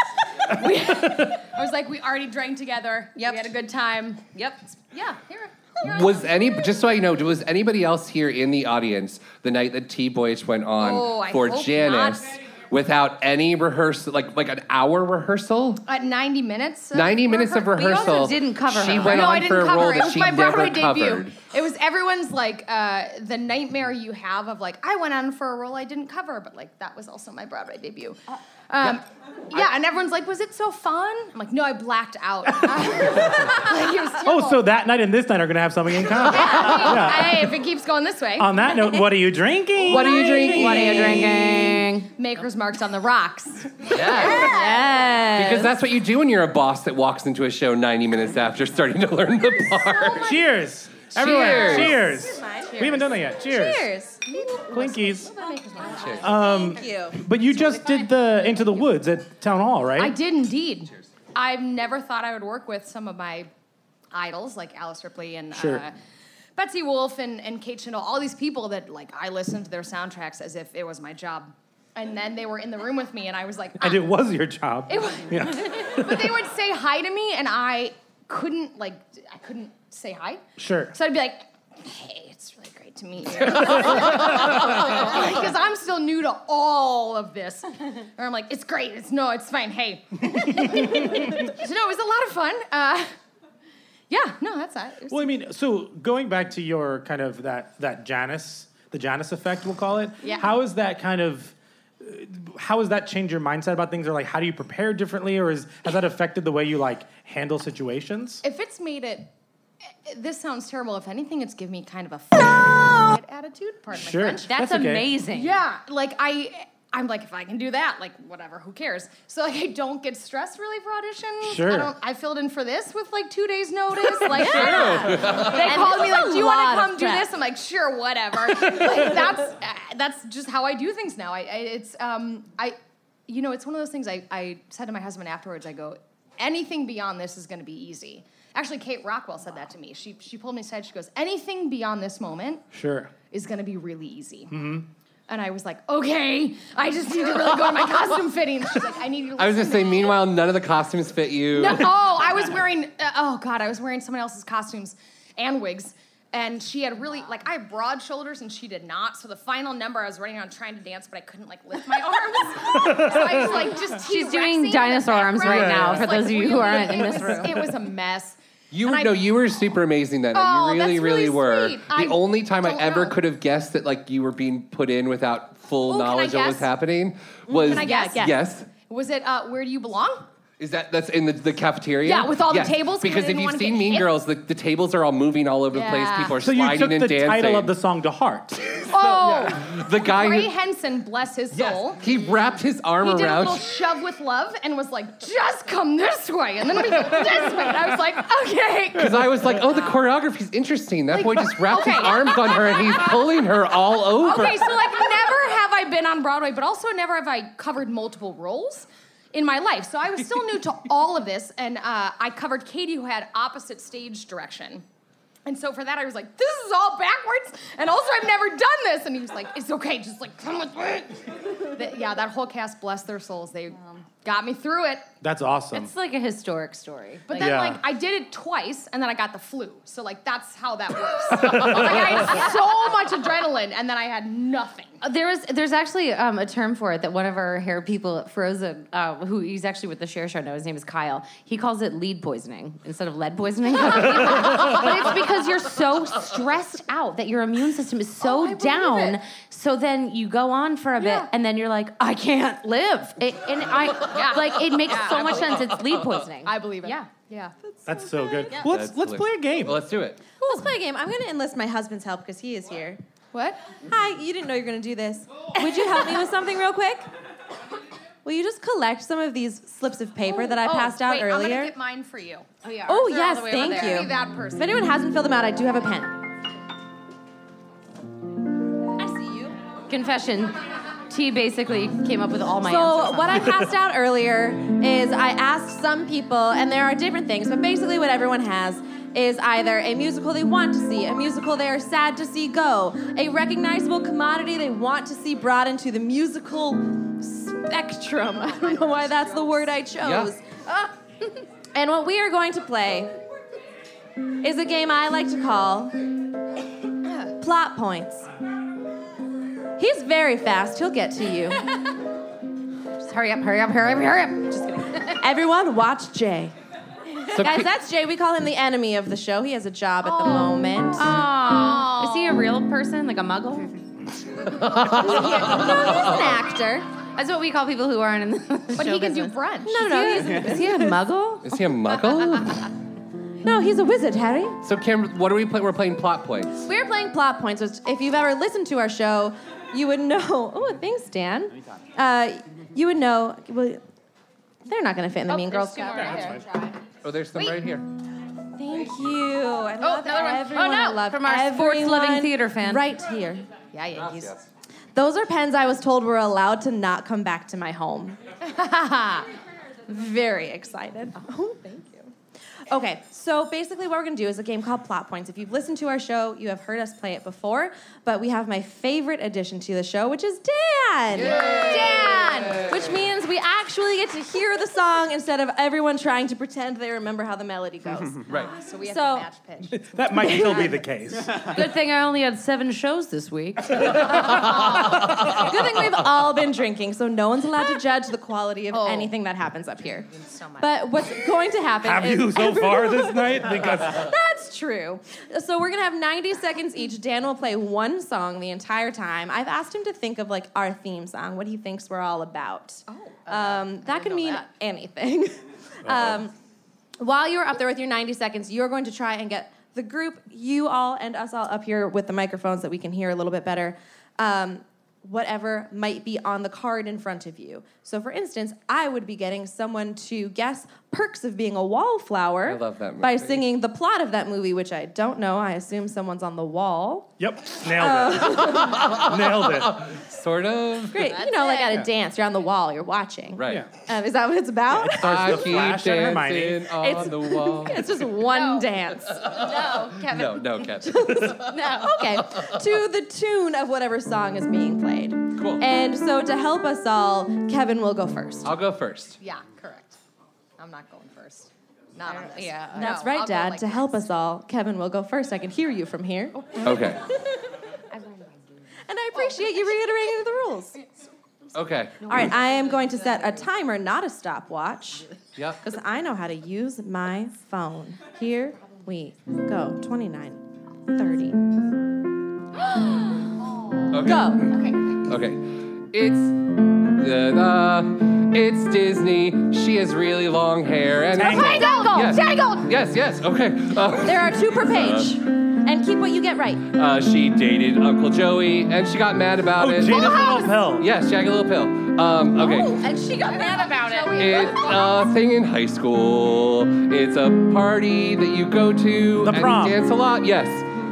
We- I was like, "We already drank together. Yep. We had a good time. Yep. Yeah. Here. here I
Was
am.
any just so I know, was anybody else here in the audience the night that T Boyish went on
Oh, I
for
hope not.
Janice without any rehearsal, like like an hour rehersal?
at 90 minutes? of
90 minutes of
rehear-
rehearsal. But you also didn't cover
She
her. went
no,
on
I didn't
for a
cover.
role
her.
that
it was
she
my Broadway
never covered.
debut. It was everyone's like uh, the nightmare you have of like I went on for a role I didn't cover, but like that was also my Broadway debut.
Uh,
Um, yeah, and everyone's like, "Was it so fun?" I'm like, "No, I blacked
(laughs)
out." (laughs) Like, it was
Oh,
terrible.
so that night and this night are gonna have something in
(laughs)
common.
Yeah.
Yeah.
Hey, if it keeps going this way.
On that note, what are you drinking?
What are you drinking?
What are you drinking?
Maker's marks on the rocks.
Yes.
Because that's what you do when you're a boss that walks into a show 90 minutes after starting to learn the bar.
Cheers. Everyone, cheers. We haven't done that yet. Cheers.
Cheers.
Blinkies.
Cheers.
Um,
Thank you.
But you just did the Into the Woods at Town Hall, right?
I did indeed. I've never thought I would work with some of my idols like Alice Ripley and
Sure.
uh, Betsy Wolf and, and Kate Chandler, all these people that like I listened to their soundtracks as if it was my job. And then they were in the room with me and I was like,
And it was your job.
It was-
Yeah.
(laughs) but they would say hi to me and I couldn't like I couldn't say hi.
Sure.
So I'd be like, hey, it's really great to
(laughs)
meet you. Because I'm still new to all of this. Or I'm like, it's great, it's no, it's fine, hey. (laughs) so no, it was a lot of fun. Uh, yeah, no, that's it. It was-
Well, I mean, so going back to your kind of that that Janus, the Janus effect, we'll call it.
Yeah.
How is that kind of? uh, How has that changed your mindset about things, or like, how do you prepare differently, or is has that affected the way you like handle situations?
If it's made it, this sounds terrible. If anything, it's given me kind of a f- attitude. Part of my
Sure.
French.
That's That's okay. amazing.
Yeah, like I, I'm like if I can do that, like whatever, who cares? So like I don't get stressed really for auditions. I
Sure.
don't. I filled in for this with like two days
(laughs)
notice. Like
Sure.
I don't- they
And
called me
this is
like,
a
do you want
lot
to
of
come do
prep.
this? I'm like, sure,
(laughs)
whatever. like that's uh, that's just how I do things now. I, I it's um I, you know, it's one of those things. I I said to my husband afterwards. I go, anything beyond this is going to be easy. Actually, Kate Rockwell said that to me. She she pulled me aside. She goes, anything beyond this moment
Sure.
is going to be really easy.
Mm-hmm.
And I was like, okay, I just need to really go to my costume fitting. She's like, I need you. To
I was gonna
listen
say, meanwhile, none of the costumes fit you.
no, oh, I was wearing. Uh, oh God, I was wearing someone else's costumes and wigs, and she had really like I had broad shoulders and she did not. So the final number, I was running around trying to dance, but I couldn't like lift my (laughs) arms. so I was like just. T-Rexing
She's
in
doing
the
dinosaur arms
background.
right now
It
for
was, like,
those of you who
really-
aren't in
it
this
was-
room.
It was a mess.
You
And I-
no, you were super amazing that night.
Oh,
You really,
that's
really
really
were.
sweet.
The
I
only time I
don't
ever
know.
could have guessed that like you were being put in without full
Ooh, can I
knowledge of what was
guess?
happening
Mm,
was
Can I guess?
yes.
Was it uh, where do you
(laughs)
belong?
Is that that's in the, the cafeteria?
Yeah, with all the
Yes,
tables, 'cause I
Because if
didn't
you've
wanna
seen
get
Mean
hit.
Girls, the, the tables are all moving all over the place.
Yeah.
People are
So you
sliding
took
and
the
dancing.
title of the song to heart.
Oh,
the guy
Ray
who,
Henson, bless his soul.
he wrapped his arm
He did a
around. (laughs)
little shove with love and was like, just come this way. And then we go this way. And I was like, okay.
Because I was like,
(laughs)
oh, the choreography's interesting. That boy just wrapped his
okay.
arms on her and he's pulling her
(laughs)
all over.
Okay, so like never have I been on Broadway, but also never have I covered multiple roles in my life. So I was still new to all of this, and uh, I covered Katie, who had opposite stage direction. And so for that, I was like, this is all backwards, and also I've never done this. And he was like, it's okay, just like come with me. That- yeah, that whole cast, bless their souls, they got me through it.
That's awesome.
It's like a historic story.
But then,
Yeah.
like, I did it twice, and then I got the flu. So, like, that's how that
(laughs)
works. like, I had so much adrenaline, and then I had nothing.
There is, there's actually um, a term for it that one of our hair people at Frozen, uh, who he's actually with the Share Show now, his name is Kyle. He calls it lead poisoning instead of lead poisoning. (laughs) but it's because you're so stressed out that your immune system is
Oh,
so down. So then you go on for a bit, and then you're like, I can't live. It, and I,
Yeah.
Like it makes
Yeah,
so
I
much
believe
sense.
it.
It's lead poisoning.
I believe it. Yeah.
Yeah.
That's so good.
Yeah.
Well, let's
That's
let's play a game.
let's do
(laughs)
it.
Let's play a game. I'm going to enlist my husband's help because he is here.
What?
Hi, you didn't know you were going to do this. Would you help me with something real quick? Will you just collect some of these slips of paper that I
Oh,
passed out
wait, I'm
earlier?
gonna get mine for you. Oh yeah.
oh,
They're all
yes,
the way over
thank
there.
you.
Be that person.
If anyone hasn't filled them out, I do have a pen.
I see you. Confession. T basically came up with all my answers.
so,
on
what I
that. (laughs)
passed out earlier is I asked some people, and there are different things, but basically, what everyone has is either a musical they want to see, a musical they are sad to see go, a recognizable commodity they want to see brought into the musical spectrum. (laughs) I don't know why that's the word I chose. (laughs) Ah. and what we are going to play is a game I like to call (coughs) Plot Points. He's very fast, he'll get to you. Just hurry up, hurry up, hurry up, hurry up. Just kidding. Everyone, watch Jay.
So
Guys,
pe-
that's Jay. We call him the enemy of the show. He has a job
Oh.
at the moment.
Aw. Is he a real person, like a muggle?
(laughs) an actor.
That's what we call people who aren't in the (laughs) But he can do brunch.
No, no,
Is he a,
he's-
is he a muggle?
Is he
(laughs)
a muggle?
No, he's a wizard, Harry.
so, Cameron, what are we playing? We're playing plot points.
We're playing plot points, which if you've ever listened to our show, you would know. (laughs) Oh, thanks, Dan. Uh, you would know. Well, they're not going to fit
Oh,
in the Mean Girls. cup.
Oh, there's some right here.
Thank you. I love
another one. Oh,
everyone. I
no.
love
From our sports-loving
everyone
theater fan.
Right here.
Yeah, yeah. He's,
Those are pens I was told were allowed to not come back to my home. Very excited. (laughs) Oh, thank you. Okay, so basically, what we're gonna do is a game called Plot Points. If you've listened to our show, you have heard us play it before, but we have my favorite addition to the show, which is Dan! Dan! Which means we actually get to hear the song instead of everyone trying to pretend they remember how the melody (laughs) goes.
right.
So
Ah, we have
so,
to match pitch.
That might still be (laughs) the case.
Good thing I only had seven shows
(laughs)
this week.
Good thing we've all been drinking, so no one's allowed to judge the quality
Oh.
of anything that happens up here. But what's going to happen?
Have
is
you so
(laughs)
far
everyone-
this night? Because
That's true. So we're gonna have 90 seconds each. Dan will play one song the entire time. I've asked him to think of like our theme song, what he thinks we're all about. Oh, um, that could mean anything. um, while you're up there with your 90 seconds, you're going to try and get the group, you all and us all up here with the microphones that we can hear a little bit better. Um, whatever might be on the card in front of you. So, for instance, I would be getting someone to guess "Perks of Being a Wallflower"
I love that
by
movie.
singing the plot of that movie, which I don't know. I assume someone's on the wall.
yep, nailed it. nailed it.
Sort of.
Great, you know, like at a dance, you're on the wall, you're watching.
Right.
Um, is that what it's about?
I
the
keep
Flash and Hermione.
dancing on
It's-
the wall.
it's just one dance.
no, Kevin.
No, no, Kevin.
(laughs)
No. Okay. to the tune of whatever song is being played.
Cool.
And so to help us all, Kevin will go first.
I'll go first.
Yeah, correct. I'm not going first. Not on this. Yeah.
That's right, Dad. to help us all, Kevin will go first. I can hear you from here.
(laughs)
Okay.
And I appreciate you reiterating the rules.
Okay.
All right, I am going to set a timer, not a stopwatch,
Yep.
because I know how to use my phone. Here we go. 29, 30.
Okay.
Go.
Okay. It's the, the it's Disney. She has really long hair and
Tangled. Tangled.
Yes.
Tangled.
Yes, yes. Okay. Uh,
There are two per page. And keep what you get right.
uh, she dated Uncle Joey and she got mad about
Oh,
it.
Jada Little Pill.
Yes, she had a little pill. Um, okay.
And she got mad about
It's a thing in high school. It's a party that you go to
The
and
prom.
you dance a lot. Yes.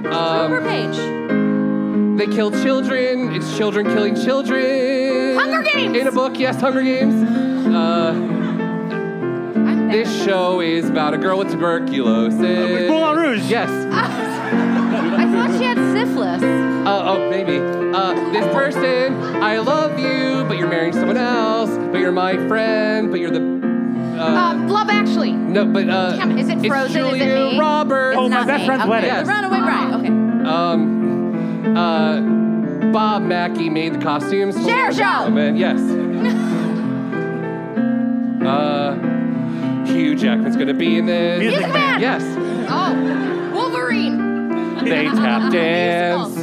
Two per
Um,
page.
they kill children. It's children killing children.
Hunger Games.
In a book, yes, Hunger Games. Uh, this show is about a girl with tuberculosis.
Moulin Rouge.
Yes.
I thought she had syphilis.
Uh, oh, maybe. Uh, this person, I love you, but you're marrying someone else. But you're my friend. But you're the. Uh,
Love Actually.
no, but uh,
Damn it, is it
It's
Frozen? Is it
Julia
me?
Roberts.
Oh, my best friend's wedding.
Yes.
Runaway
Ah.
Bride. Okay.
Um, uh, Bob Mackey made the costumes.
Share show.
(laughs)
But yes. uh, Hugh Jackman's gonna be in this.
Music Music Man.
Yes.
Oh, Wolverine.
They
(laughs)
tap dance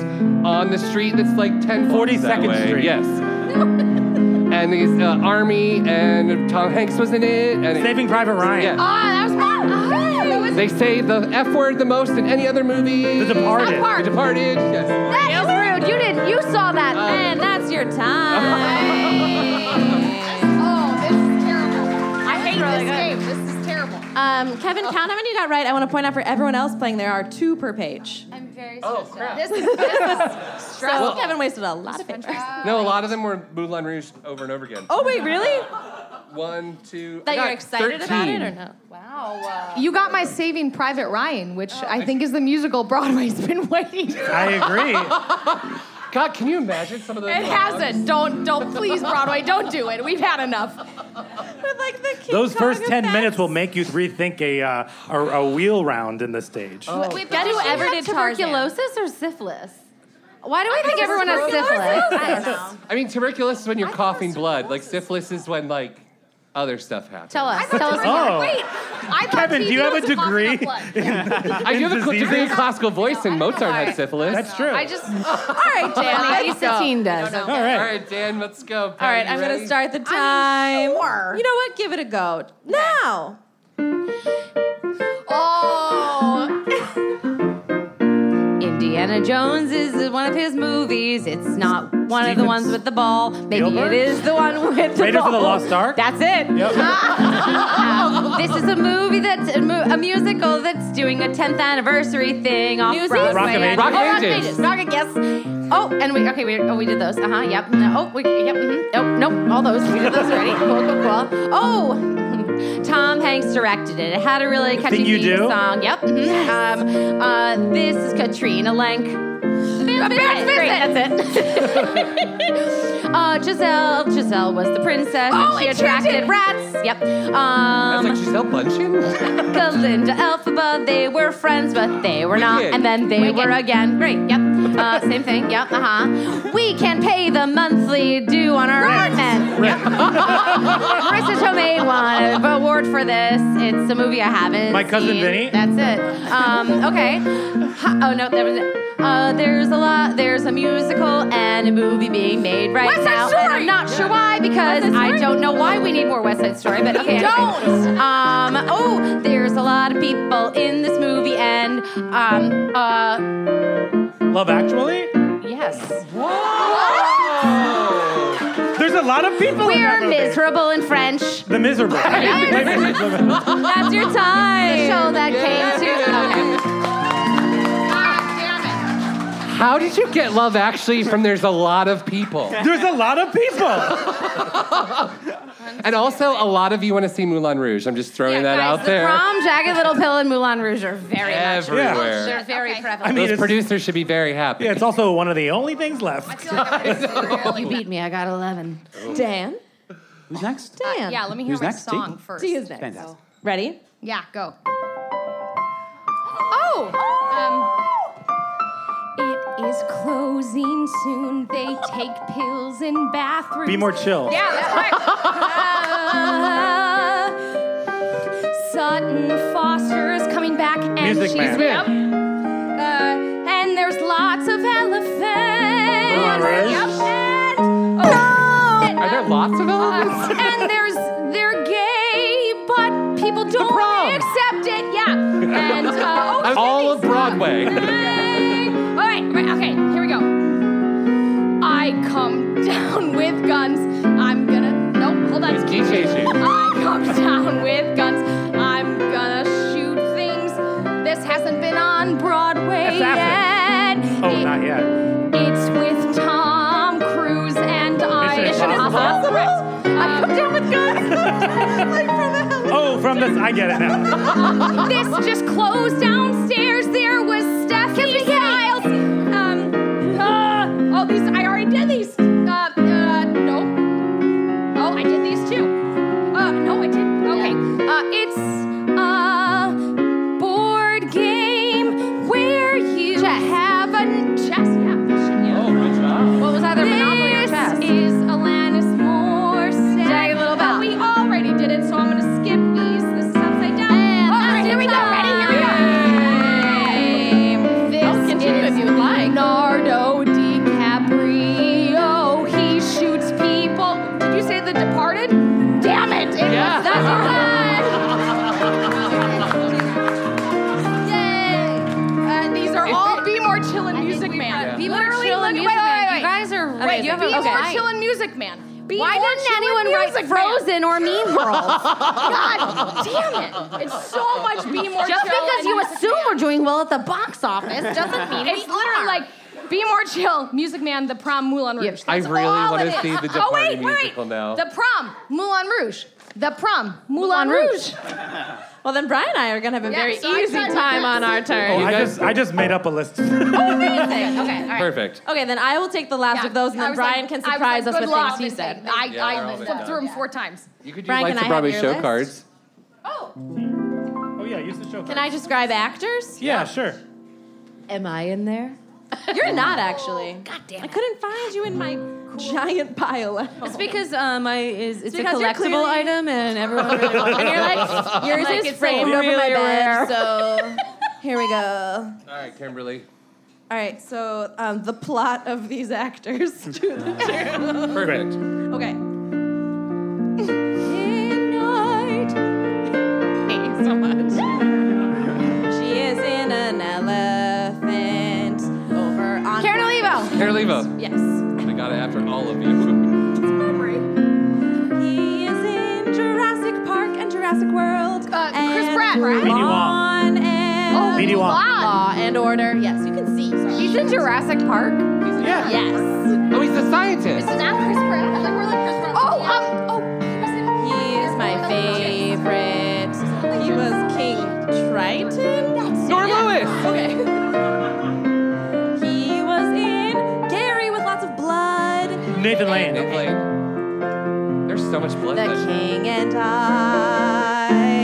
on the street that's like 10 blocks
42nd
(laughs)
that way.
Street.
Yes. and these uh, Army and Tom Hanks was in it. And Saving
Private Ryan.
Yeah.
Ah, that was my. Oh, that was
They say the F word the most in any other movie. The
Departed. South Park.
The Departed, yes.
That is rude. You didn't. You saw that, and that's your time.
Oh, this is terrible. I
That's
hate
really
this game.
good.
This is terrible.
Um, Kevin, count how many you got right. I want to point out for everyone else playing, there are two per page.
I'm very
Oh,
stressed
crap.
out. This is, this is
So
stressful.
Kevin wasted a lot of papers.
No, a lot of them were Moulin Rouge over and over again.
Oh wait, really?
One, two.
That
I got
you're excited about it
13.
or no?
Wow. uh, Oh. You got my Saving Private Ryan, which I think is the musical Broadway's (laughs) been waiting. for.
agree. God, can you imagine some of those?
It hasn't. Don't, don't, please, Broadway, don't do it. We've had enough. With
like the
Those first 10 minutes will make you rethink a, uh, a, a wheel round in the stage.
Oh.
God.
Wait, but does she
Whoever
have
did Tarzan.
tuberculosis or syphilis? Why do I, think
think
everyone has syphilis?
tuberculosis.
I don't know.
I mean, tuberculosis is when you're coughing blood. Like syphilis is when like other stuff happens.
Tell us. Tell us.
tuberculosis-
more.
Oh. Wait,
I thought
Kevin, do you have a
TB was coughing
degree?
up blood.
I do have a cl- degree in classical voice, and Mozart had syphilis. That's
true. I (laughs) just. All right,
Jan, I
Let's
think
go.
Satine does.
I don't know.
All right. All right, Dan, let's go.
All right, I'm gonna start the time. You know what? Give it a go now.
Oh.
Indiana Jones is one of his movies. It's not one of the ones with the ball. Maybe
Spielberg?
it is the one with the
Raiders
ball.
of the Lost Ark?
That's it. Um, (laughs) this is a movie that's a, mu- a musical that's doing a 10th anniversary thing off
Newsies?
Broadway.
Rock of Ages. Rock of
Oh, Rock of
Ages.
Ages. Rock of- yes. Oh, and we okay. We, oh, we did those. Uh huh. Yep. No, oh, we, yep. mhm. Oh, nope. All those. We did those already. Cool, cool, cool. Oh, (laughs) Tom Hanks directed it. It had a really catchy
Think You
theme
Do?
song. Yep. mhm. Um, uh, this is Katrina Lenk. Great, that's it. (laughs) uh, Giselle. Giselle was the princess.
Oh,
and she
Enchanted.
attracted rats. Yep. Um,
That's like
(laughs)
Giselle Bundchen.
Galinda Elphaba, they were friends, but they were not.
Wicked.
And then they
Wicked.
were again. Great, yep. Uh, same thing, yep, uh huh. We can pay the monthly due on our apartment. Yep. Marissa Tomei won an award for this. It's a movie I haven't
My Cousin
seen.
Vinny?
That's it. Um, okay. Ha- oh, no, that was it. Uh, there's a lot. There's a musical and a movie being made right
West Side
now, and
Story!
I'm not sure why because
West Side
I
Story?
don't know why we need more West Side Story. But okay, anyway.
Don't!
Um, oh, there's a lot of people in this movie, and um, uh,
Love Actually?
yes.
There's a lot of people in that
We're
movie.
miserable in French.
The Miserable. (laughs)
That's your time. The show that came to. Okay.
How did you get Love Actually from There's a lot of people?
There's a lot of people.
And also, a lot of you want to see Moulin Rouge. I'm just throwing that out
The
there.
Prom, Jagged Little Pill, and Moulin Rouge are very much.
Everywhere.
They're very prevalent.
I mean,
Those
it's-
producers should be very happy.
Yeah, it's also one of the only things
(laughs)
left.
you beat me. I got 11.
Dan.
Who's next?
Dan.
Uh, yeah, let me hear
Who's
my
next? Dee?
song first.
Dee is next.
Fantastic.
Ready?
Yeah, go. Oh! Um, it is closing soon. They take pills in bathrooms.
Be more chill.
Yeah, that's right. Uh, (laughs) Sutton Foster is coming back, and
Music
she's
Man.
Yep. Uh, and there's lots of elephants.
Rouge.
Yep, and- oh, and-
Are there lots of
uh,
elements?
(laughs) and there's they're gay, but people don't want to accept it.
(laughs)
Yeah. And uh, oh,
All of Broadway.
All right, right, okay, here we go. I come down (laughs) with guns. I'm gonna. Nope, hold on.
It's key changing.
(laughs) I come down with guns. I'm gonna shoot things. This hasn't been on Broadway
Assassin.
yet.
Oh,
It-
not yet.
it's with Tom Cruise and I.
Mission Impossible?
Correct. I come down with (laughs) guns.
Oh, from this, I get it now.
this just closed downstairs. There was Stephanie Giles. Um, uh, oh, these I already did these. Uh, uh, no. Oh, I did these too. Uh, no, I did. Okay. Uh, it's a board game where you have a chess. Yeah.
Oh.
yeah.
What was either Monopoly or
This
chess?
is Alanis Morissette.
Jagged Little Pill.
We already did it, so I'm gonna skip these. This is upside down. All right, here we go. Ready? Here we go. (laughs)
(laughs) Wait, you have a-
Be more
okay.
chill and Music Man. Be
Why
more
didn't
chill and
anyone write
Music
Frozen
Man. (laughs)
or Mean Girls?
God damn it! It's so much be more chill
Just because
and
you
Music
assume
Man.
we're doing well at the
(laughs)
box office doesn't mean
it's
we
literally
are.
like be more chill, Music Man, The Prom, Moulin Rouge.
I
That's
really
all
wanna
it is.
see
(laughs)
the
oh
Departed
wait,
musical
wait.
now.
The Prom, Moulin Rouge. The Prom, Moulin, Rouge.
Well, then Brian and I are going to have a
Yeah,
very
so I
easy
tried to-
time on our turn.
Oh, I, just, I just made up a list. (laughs) Oh,
amazing.
(laughs)
Okay, all right.
Perfect.
Okay, then I will take the last of those, and
I
then
was
Brian
like-
can
I was
surprise
like, good
us with
luck,
things he
this
said.
I,
Yeah, they're
I
all
flipped
done.
through them four times. You
could
do Brian, like can the I have Broadway your show list?
cards.
Oh, yeah, use the show.
Can I just grab actors?
Yeah, sure.
Am I in there? (laughs) You're not actually. God
damn
I couldn't find you in
(laughs)
my giant pile. at
It's
home.
because um, I is it's a
because you're
collectible
clearly-
item and everyone really wants it.
and you're like, yours
Like,
is
it's, like,
framed over my
really
bed,
rare.
so (laughs) here we go.
All right, Kimberly.
All right, so um, the plot of these actors (laughs) to the tune.
Perfect.
Okay. Midnight. Thank you so much. she is in an elephant over on.
Karen Olivo.
Karen Olivo.
Yes.
I got it after all of you.
He is in Jurassic Park and Jurassic World. Uh,
Chris Pratt.
Law
Meanie
Wong. and
Oh, Meanie Wong. Mulan.
Law and Order. Yes, you can see.
He's in Jurassic Park.
Yeah.
Yes.
Oh, he's the scientist.
It's not Chris Pratt. Like we're like Chris Pratt. Oh, um, oh.
He is my favorite. He was King Triton.
Norm Lewis.
Okay. He was in Gary with lots of blood.
Nathan Lane.
Nathan Lane. There's so much blood.
The
in that.
King and I.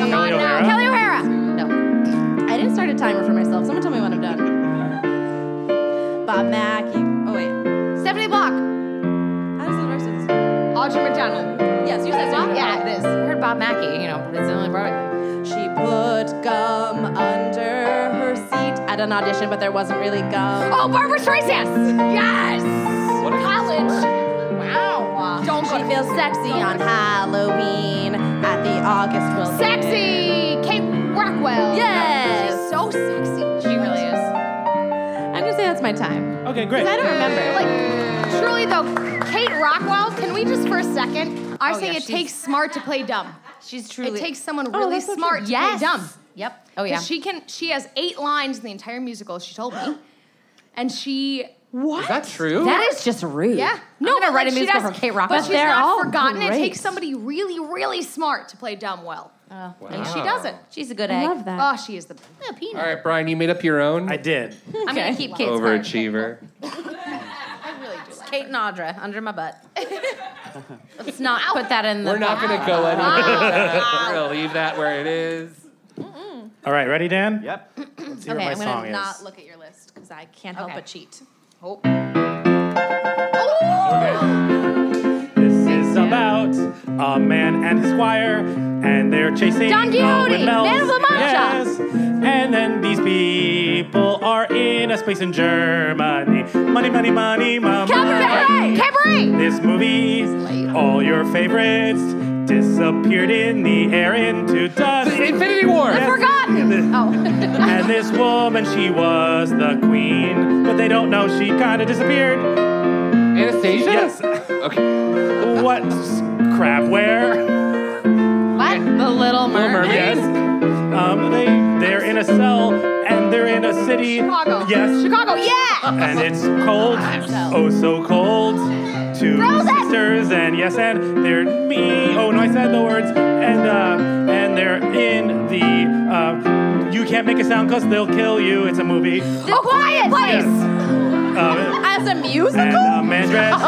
Come on Kelly now. O'Hara?
Kelly O'Hara. No, I didn't start a timer for myself. Someone tell me when I'm done. Bob Mackie. Oh wait.
Stephanie Block.
How does the rest of this?
Audrey McDonald.
Yes, you said Bob.
Yeah, this. I heard Bob Mackey. You know, but it's the only Broadway.
She put gum under her seat at an audition, but there wasn't really gum.
Oh, Barbara Streisand. Yes.
What a-
College. Wow. Don't
She feels sexy on Halloween at the August Wilson.
Sexy Kate Rockwell.
Yes.
She's so sexy. She really is.
I'm gonna say that's my time.
Okay, great.
'Cause I don't remember.
Like, truly though, Kate Rockwell, can we just for a second? I
Oh,
say
yeah,
it
she's-
takes smart to play dumb.
She's
It
truly. Oh,
takes someone really
that's so
smart
true.
to
Yes.
play dumb. Yep.
Oh, yeah.
She can. She has eight lines in the entire musical. She told me, (gasps) and she.
Is that true?
That is just rude.
Yeah.
No, I'm gonna
but,
write
like,
a
she
musical
does-
for Kate Rockwell.
But she's not forgotten. It takes somebody really, really smart to play dumb well.
Oh,
And she does it.
She's a good
I
egg.
love that.
Oh, she is the yeah, peanut.
All right, Brian, you made up your own.
I did.
I'm gonna keep Kate's part.
Overachiever.
I really do like.
Kate and Audra under my butt. Let's not put that in the.
We're not gonna
(laughs)
go anywhere. We're gonna leave that where it is.
All right, ready, Dan?
Yep.
Let's hear
okay,
what
I'm
my
gonna
song
not
is.
look at your list because I can't help
Okay.
but cheat.
Oh.
This is about a man and his squire, and they're chasing
Don Quixote,
Owen Mel's-
Man of La Mancha.
Yes. And then these people are in a space in Germany. Money, money, money, money.
Cabaret! Cabaret!
This movie, all your favorites disappeared in the air into dust.
The Infinity War.
Yes.
Forgotten. Oh.
And this woman, she was the queen, but they don't know she kind of disappeared.
Anastasia.
Yes.
Okay.
What crap? Where?
What? The Little Mermaid.
Yes. Um, they they're in a cell and they're in a city.
Chicago.
Yes.
Chicago. Yeah.
And it's cold. Oh, so cold. Two
Frozen.
sisters and yes, and they're me. Oh no, I said the words. And uh, and they're in the. Uh, you can't make a sound because they'll kill you. It's a movie.
The quiet place.
Um,
As a musical?
And a man dressed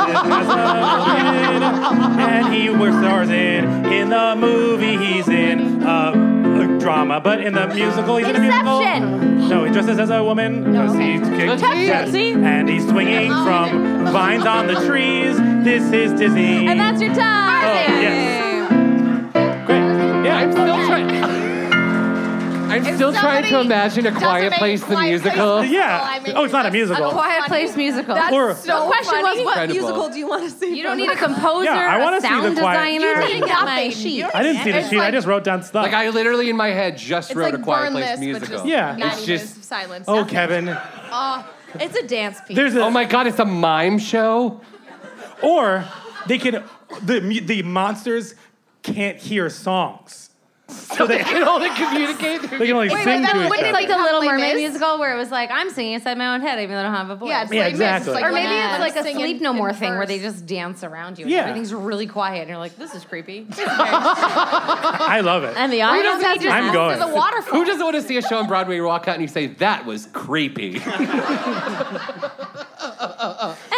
as a woman, and he was stars in in the movie he's in uh, a drama, but in the musical he's in a musical.
Inception.
No, he dresses as a woman. No, he's kicked-
Tootsie.
yes. And he's swinging
Oh.
from vines on the trees. This is Disney.
and that's your time.
Oh, yes. Great.
Oh,
Yeah, I'm still trying. (laughs) I'm still trying to
somebody
imagine a
doesn't
Quiet
make
Place the
Quiet Place
musical.
the
Yeah.
I mean,
oh, it's not a
that's
musical.
a quiet-
Quiet Place musical.
That's
Or-
so
The question
funny.
was, what
Incredible.
musical do you want to see?
You don't need a composer,
Yeah, I
a
wanna see
sound
the quiet-
designer.
You need nothing.
sheet.
You
I didn't see the
It's
sheet. I
like-
just wrote down stuff.
Like I literally in my head just
It's
wrote
like
a Quiet
burn
Place
this, but
musical.
just
Yeah.
90
It's
minutes
just-
of silence.
oh,
Nothing.
Kevin.
It's a dance piece.
There's a.
Oh my God, it's a mime show. (laughs)
Or they could, the, mu- the monsters can't hear songs. So
they can only
(laughs)
communicate
They can only
wait, wait,
sing
that
to each
was
other.
like the Little
Les
Mermaid
Mis?
musical where it was like, I'm singing inside my own head, even though I don't have a voice.
Yeah, it's Yeah, Les Mis. It's exactly. like
or maybe
when, uh,
it's like a
singing
Sleep No More
in
thing where they
verse.
just dance around you.
Yeah.
And everything's really quiet, and you're like, this is creepy.
I love
(laughs)
it.
And the audience
Who doesn't-
has to I'm dance to going. the waterfall.
Who doesn't want to see a show on Broadway? You walk out and you say, "That was creepy." (laughs)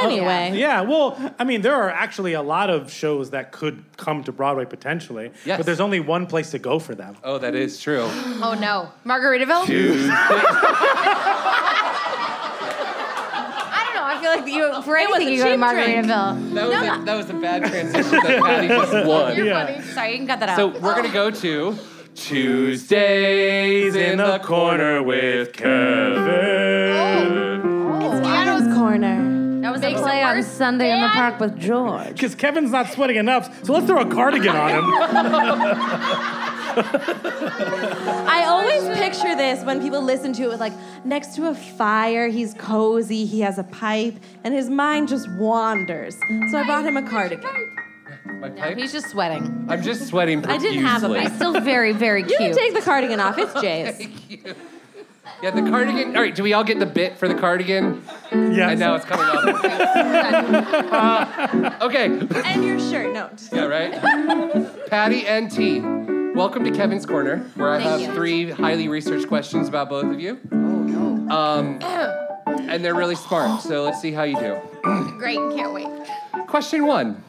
Anyway. Yeah, well, I mean, there are actually a lot of shows that could come to Broadway potentially,
Yes.
but there's only one place to go for them.
oh, that is true.
oh no. (laughs) Margaritaville? (laughs) I don't know. I feel like you, for anything, you go to Margaritaville.
That was,
No,
a, that was a bad transition (laughs) that Patty just won.
You're funny. Sorry, you can cut that out.
So we're gonna go to Tuesdays in the corner with Kevin.
Oh.
It's Adam's Corner. That was a
Makes it
play on
worse,
Sunday in the Park with George.
Because Kevin's not sweating enough, so let's throw a cardigan on
(laughs)
him.
I always picture this when people listen to it with like next to a fire, he's cozy, he has a pipe, and his mind just wanders. So I bought him a cardigan.
My pipe?
He's just sweating.
I'm just sweating
I
profusely.
didn't have him.
It's still very, very
You can
cute.
take the cardigan off. It's Jay's.
Yeah, the cardigan. All right, do we all get the bit for the cardigan? Yeah. And now it's coming off. Uh, okay.
(laughs) and your shirt. No. just-
Yeah, right? Patty and T, welcome to Kevin's Corner, where I have
Thank you.
three highly researched questions about both of you. Oh, no. Um, and they're really smart, so let's see how you do.
Great, can't wait.
Question one.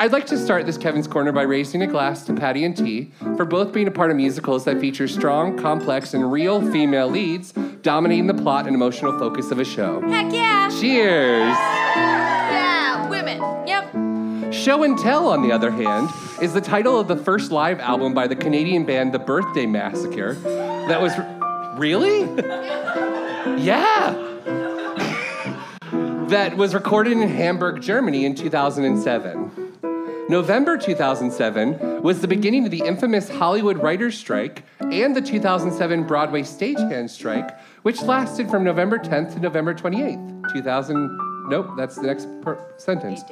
I'd like to start this Kevin's Corner by raising a glass to Patty and T for both being a part of musicals that feature strong, complex, and real female leads dominating the plot and emotional focus of a show.
Heck yeah.
Cheers!
Yeah, women. Yep.
Show and Tell, on the other hand, is the title of the first live album by the Canadian band The Birthday Massacre. That was. Really? yeah! that was recorded in Hamburg, Germany in 2007. November 2007 was the beginning of the infamous Hollywood writers' strike and the 2007 Broadway stagehand strike, which lasted from November 10th to November 28th, 2000. Nope, that's the next per- sentence.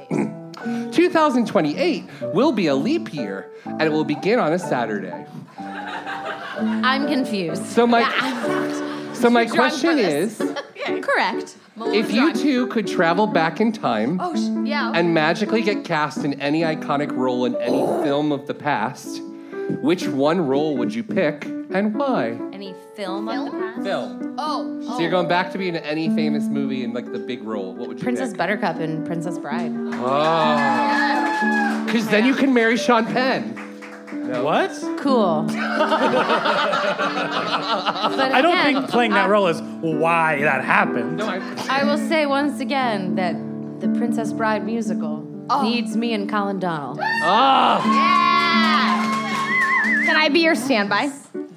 2028 will be a leap year, and it will begin on a Saturday.
I'm confused.
So my, so my
Too drunk for
question
this.
is,
Correct.
if you two could travel back in time
Oh, sh- yeah.
and magically get cast in any iconic role in any film of the past, which one role would you pick and why?
Any film, on the past?
Film.
Oh.
So you're going back to being in any famous movie in like the big role. What would you
Princess
pick?
Buttercup and Princess Bride.
Oh. Because then you can marry Sean Penn. What?
Cool. But
I don't
again,
think playing that role is why that happened. No,
I,
I will say once again that the Princess Bride musical
Oh.
needs me and Colin Donald.
Ah.
Can I be your standby?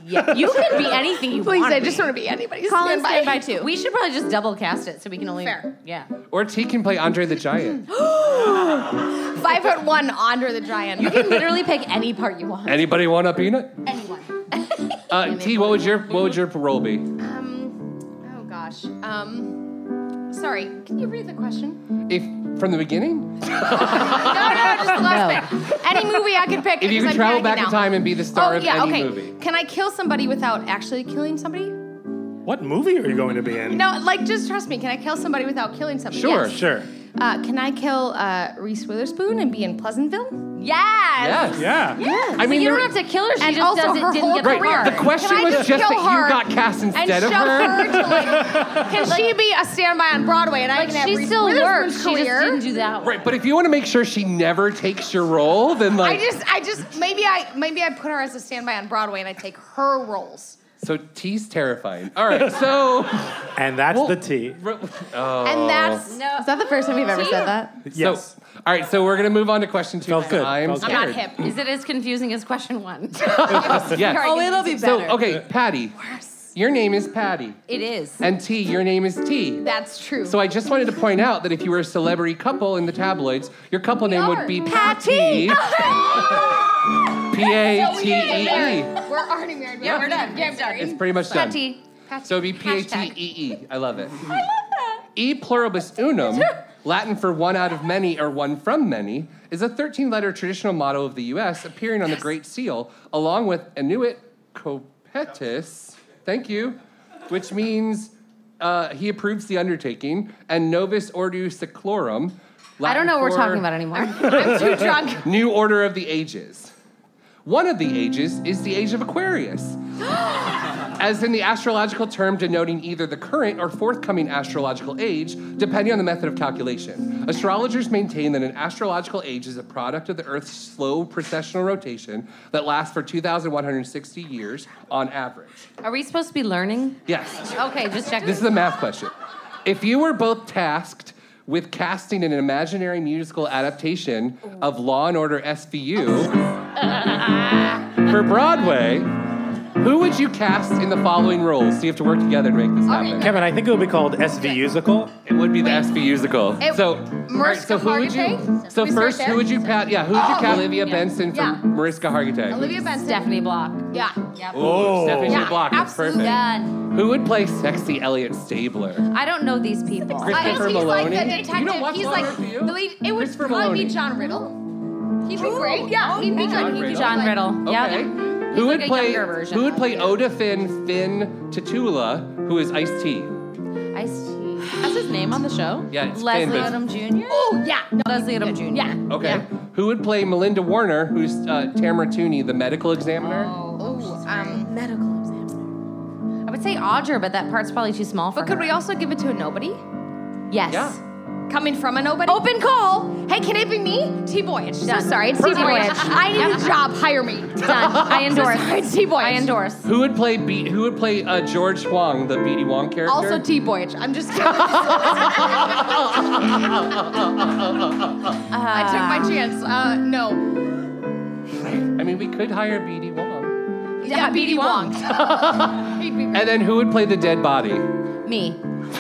Yeah, you can be anything you
Please,
want.
I just want to be anybody's
Colin
standby.
standby too. We should probably just double cast it so we can only. Fair. Yeah.
Or T can play Andre
(gasps)
the Giant.
(laughs) Five foot one, Andre the Giant.
You can literally pick any part you want.
Anybody want a peanut?
(laughs) Anyone. Oh,
Uh, T, what would your what would your role be?
Um, oh gosh. Um, sorry. Can you read the question?
If from the beginning,
(laughs) No, no, no just the last bit. Any movie I could pick.
if you
because
could
I'm
travel
panicking
back in
now.
time and be the star
oh,
of
yeah,
any
okay.
movie,
Can I kill somebody without actually killing somebody?
What movie are you going to be in?
No, like just trust me. Can I kill somebody without killing somebody?
Sure,
Yes.
sure.
Uh, can I kill uh, Reese Witherspoon and be in Pleasantville?
Yes.
Yes.
Yeah.
Yes.
I mean,
you don't
there-
have to kill her. She
And
just
also
doesn't,
her
didn't
whole
get
Right,
the part.
the question
Can I
was just
kill
that you
her
got cast instead
and
of
shove
her?
to,
(laughs)
like, can she be a standby on Broadway and I
Like
can have
she
Reese
still
Witherspoon's
works. She
Career?
just didn't do that.
right? But if you want to make sure she never takes your role, then
I
like
just, I just, maybe I, maybe I put her as a standby on Broadway and I take her roles.
so T's terrifying. All right, so
and that's the T.
oh.
And that's
no.
Is that the first time you've ever said that?
yes. all right, so we're gonna move on to question two.
good.
I'm
Felt
I'm
scared.
not hip. Is it as confusing as question (laughs) one?
Yes.
Oh, it'll be
So
better.
okay, Patty, your name is Patty,
It is.
and T, your name is T.
That's true.
So I just wanted to point out that if you were a celebrity couple in the tabloids, your couple name would be Patty.
Patty.
(laughs) P A T E E.
(laughs)
We're already married.
Yeah, we're done.
Yeah, I'm sorry.
It's pretty much done.
Patty.
E.
(laughs)
(laughs)
So it'd be P A T E E. I love it. I love that. E pluribus unum Latin for one out of many or one from many is a 13 letter traditional motto of the US appearing on the Great Seal, along with Inuit copetus, thank you, which means uh, he approves the undertaking, and Novus Ordo Seclorum.
I don't know what we're
Latin for-
talking
(laughs)
about anymore. I'm too drunk.
New Order of the Ages. One of the ages is the Age of Aquarius, as in the astrological term denoting either the current or forthcoming astrological age, depending on the method of calculation. Astrologers maintain that an astrological age is a product of the Earth's slow precessional rotation that lasts for 2,160 years on average.
Are we supposed to be learning?
Yes.
Okay, just checking.
This is a math question. If you were both tasked with casting an imaginary musical adaptation of Law and Order SVU for Broadway, who would you cast in the following roles? So you have to work together to make this happen.
Kevin, I think it would be called SV Musical.
It would be the SV Musical.
It-
so,
Mariska
so who would you?
Hargitay?
So
We start
first,
there?
who would you pat? Yeah, who would you
Oh.
cast? Olivia
Yeah.
Benson
Yeah.
from Mariska Hargitay.
Olivia Benson. Stephanie Block. Yeah. Yep.
Oh, Stephanie
Yeah,
Block. That's
absolutely.
perfect.
Done.
Who would play sexy Elliot Stabler?
I don't know these people.
Christopher
he's like the
Maloney?
detective. he's like the lead. It would probably
Maloney.
be John Riddle. He'd be great. Yeah, he'd be
John
good. He'd be
Riddle.
like-
John Riddle.
Okay.
Yeah.
Who would
like a
play?
younger version
Who would
of
play Oda Finn Finn Tatula, who is Ice T?
Ice T. That's his name on the show.
Yeah, it's
Leslie
Finn, but-
Odom Jr. Oh yeah, Leslie Odom Jr. Yeah.
Okay. Who would play Melinda Warner, who's uh, Tamara Tooney, the medical examiner?
Oh, um, medical examiner. I would say Audra, but that part's probably too small for.
But could we also give it to a nobody?
Yes.
Coming from a nobody. Open call. Hey, can it be me? T Boyage. So
Done.
sorry, it's T
Perfect.
Boyage. (laughs) I need a
Yep.
job. Hire me.
(laughs) Done. I endorse.
T Boyage.
I endorse.
Who would play Be- Who would play uh, George Huang, the Beady Wong character?
Also T Boyage. I'm just
(laughs)
kidding. I took my chance. Uh, no.
I mean, we could hire Beady Wong.
Yeah, BD Wong. He'd be
And then who would play the dead body?
Me. (laughs)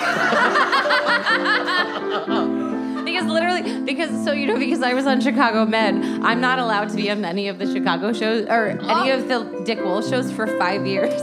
because literally, because so you know, because I was on Chicago Med, I'm not allowed to be on any of the Chicago shows or any of the Dick Wolf shows for five years.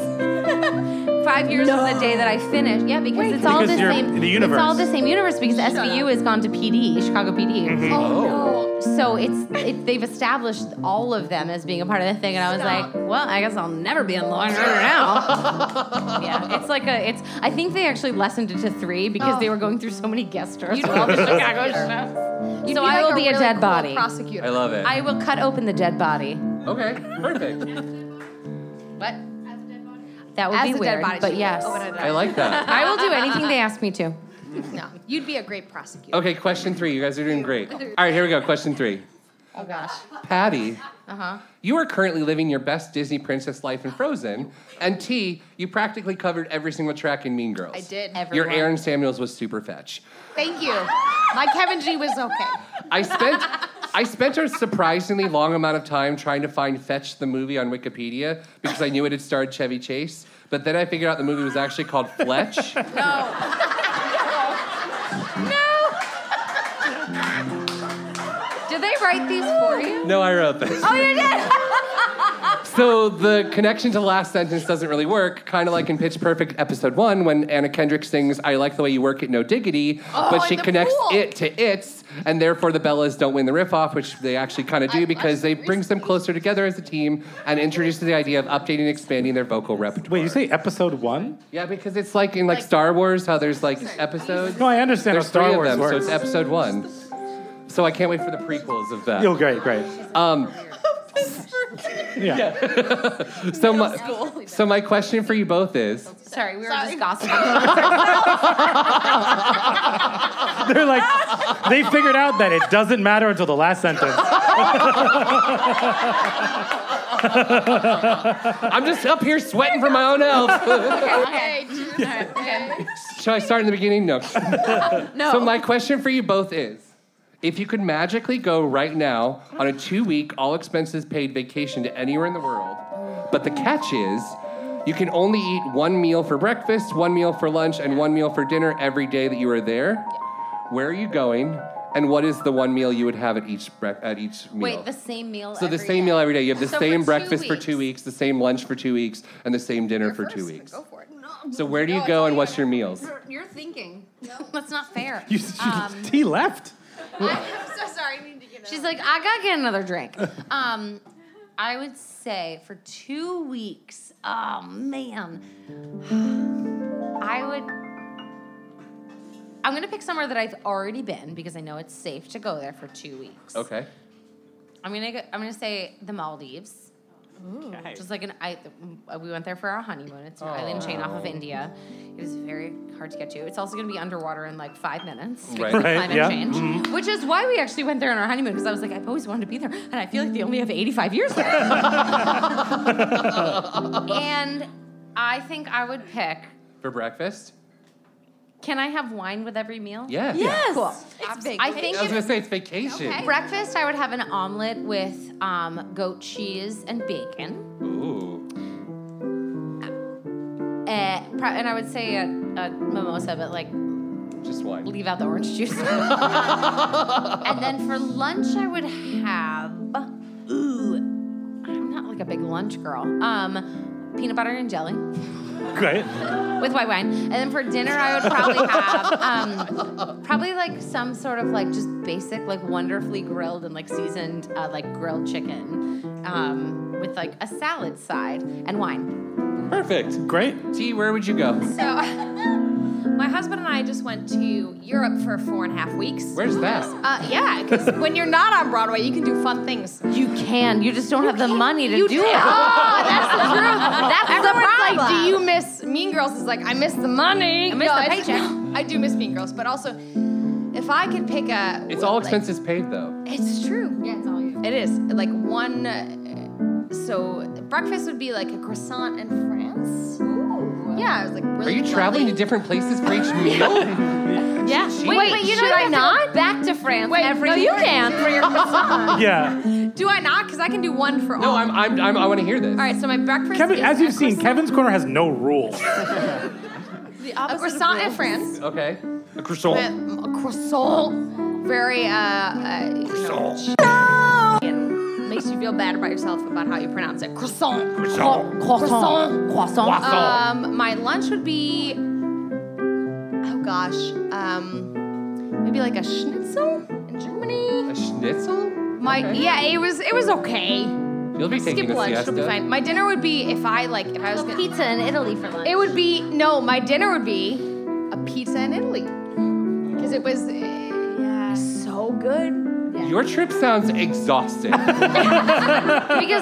(laughs) five years from the day that I finished. Yeah, because it's all
Because
the
you're
same.
in the
It's all
universe.
the same universe because
Shut
SVU has gone to PD, Chicago PD.
Mhm. Oh,
So it's it, they've established all of them as being a part of the thing, and I was
Stop.
like, well, I guess I'll never be on Law and Order now. (laughs) yeah, it's like a it's. I think they actually lessened it to three because
Oh.
they were going through so many guest stars. for all the (laughs) Chicago shows.
You'd
So
be
I
like
will be a
really
dead
cool
body.
Prosecutor.
I love it.
I will cut open the dead body.
Okay, perfect.
What? That would
As
be
a dead
weird,
body,
but
she-
yes,
oh, no, no, no.
I like that.
I will do anything they ask me to.
No, you'd be a great prosecutor.
Okay, question three. You guys are doing great. All right, here we go. Question three.
Oh gosh.
Patty,
Uh huh.
You are currently living your best Disney princess life in Frozen, and T, you practically covered every single track in Mean Girls.
I did.
Your Aaron Samuels was super fetch.
Thank you. My Kevin G was okay.
I spent I spent a surprisingly long amount of time trying to find Fetch the movie on Wikipedia because I knew it had starred Chevy Chase, but then I figured out the movie was actually called Fletch.
(laughs)
Did they write these for you?
no, I wrote this.
Oh, you did.
So the connection to the last sentence doesn't really work, kind of like in Pitch Perfect episode one when Anna Kendrick sings "I like the way you work it, no diggity,"
Oh,
but she
in the
connects
pool.
it to its, and therefore the Bellas don't win the riff off, which they actually kind of do because they brings them closer together as a team and introduces the idea of updating and expanding their vocal repertoire. Wait, you say episode one? Yeah, because it's like in like, Star Wars how there's like episodes. No, I
understand how
There's
Star
three
Wars
of them, so
works.
it's episode one. So I can't wait for the prequels of that.
Oh, great, great.
(laughs) Um,
Yeah.
(laughs) so my, so my question for you both is
Sorry, (laughs) we were just gossiping.
They're like, they figured out that it doesn't matter until the last sentence. (laughs)
I'm just up here sweating for my own health.
okay. (laughs) okay.
Should I start in the beginning? No.
No.
So my question for you both is if you could magically go right now on a two-week all expenses paid vacation to anywhere in the world, but the catch is you can only eat one meal for breakfast, one meal for lunch, and one meal for dinner every day that you are there. Where are you going? And what is the one meal you would have at each brec at each meal?
Wait, the same meal.
so the
every
same
day.
meal every day. You have the
So for
same
two
breakfast for
weeks.
two weeks, the same lunch for two weeks, and the same dinner for two weeks. Go for it. So where do you
No,
go
it's
and what's your meals?
You're- You're thinking. No, that's not fair.
You-
Um,
He left.
(laughs) I'm so sorry. I need to get She's like, I gotta get another drink. Um, I would say for two weeks. Oh man, (sighs) I would. I'm gonna pick somewhere that I've already been because I know it's safe to go there for two weeks.
Okay.
I'm gonna go, I'm gonna say the Maldives. Just like an I, we went there for our honeymoon. It's an island chain off of
Oh.
India. It is very hard to get to. It's also gonna be underwater in like five minutes.
Right.
because of
Right,
Climate
yeah.
change,
Mhm.
which is why we actually went there on our honeymoon because I was like, I've always wanted to be there, and I feel like they only have 85
(laughs)
years left. and I think I would pick.
For breakfast?
Can I have wine with every meal?
Yes. Yes.
Cool. I think
I was
if-
gonna say it's vacation.
Breakfast, I would have an omelet with um, goat cheese and bacon.
Ooh.
Eh, pro- and I would say a, a mimosa, but like
Just one.
leave out the orange juice. and then for lunch, I would have. Ooh, I'm not like a big lunch girl. Um, peanut butter and jelly
Great.
with white wine. And then for dinner, I would (laughs) probably have um, probably like some sort of like just basic, like wonderfully grilled and like seasoned, uh, like grilled chicken um, with like a salad side and wine.
Perfect. Great. T, where would you go?
So, (laughs) my husband and I just went to Europe for four and a half weeks.
Where's that?
Uh, yeah, because when you're not on Broadway, you can do fun things.
You can. You just don't have the money to
you
do it.
can't. Oh, that's
(laughs)
the truth.
That's
Everyone's
the problem.
like, do you miss Mean Girls? Is like, I miss the money.
I miss the
it's-
paycheck.
(laughs) I do miss Mean Girls, but also, if I could pick a,
It's all
like,
expenses paid though.
It's true.
Yeah, it's all you.
It is like one. uh, So breakfast would be like a croissant in France. Ooh. Yeah, I was like really.
Are you traveling to different places for each meal?
traveling? (laughs) Yeah.
Wait, but you know
should
you
I
have to go
not?
back to France
Wait,
every
no, you
year
can
for (laughs) your croissant.
Yeah.
Do I not? Because I can do one for all.
No, I'm, I'm, I'm, I want to hear
All
this.
right, so my breakfast.
Kevin,
is
as you've
a
seen, Kevin's Corner has no rules. (laughs)
croissant- a croissant in France.
Okay.
A croissant.
A croissant. Very uh, uh you know, and makes you feel bad about yourself about how you pronounce it. Croissant.
Croissant.
Croissant.
Croissant. Croissant.
Um, my lunch would be. Oh gosh. Um, maybe like a schnitzel in Germany.
A schnitzel?
My yeah, it was it was okay.
You'll be taking
Skip
a
lunch,
siesta.
it'll be fine. My dinner would be if I like if I was gonna,
pizza in Italy for lunch.
It would be no, my dinner would be a pizza in Italy because it was eh, yeah so good.
Your trip
(laughs)
sounds exhausting.
because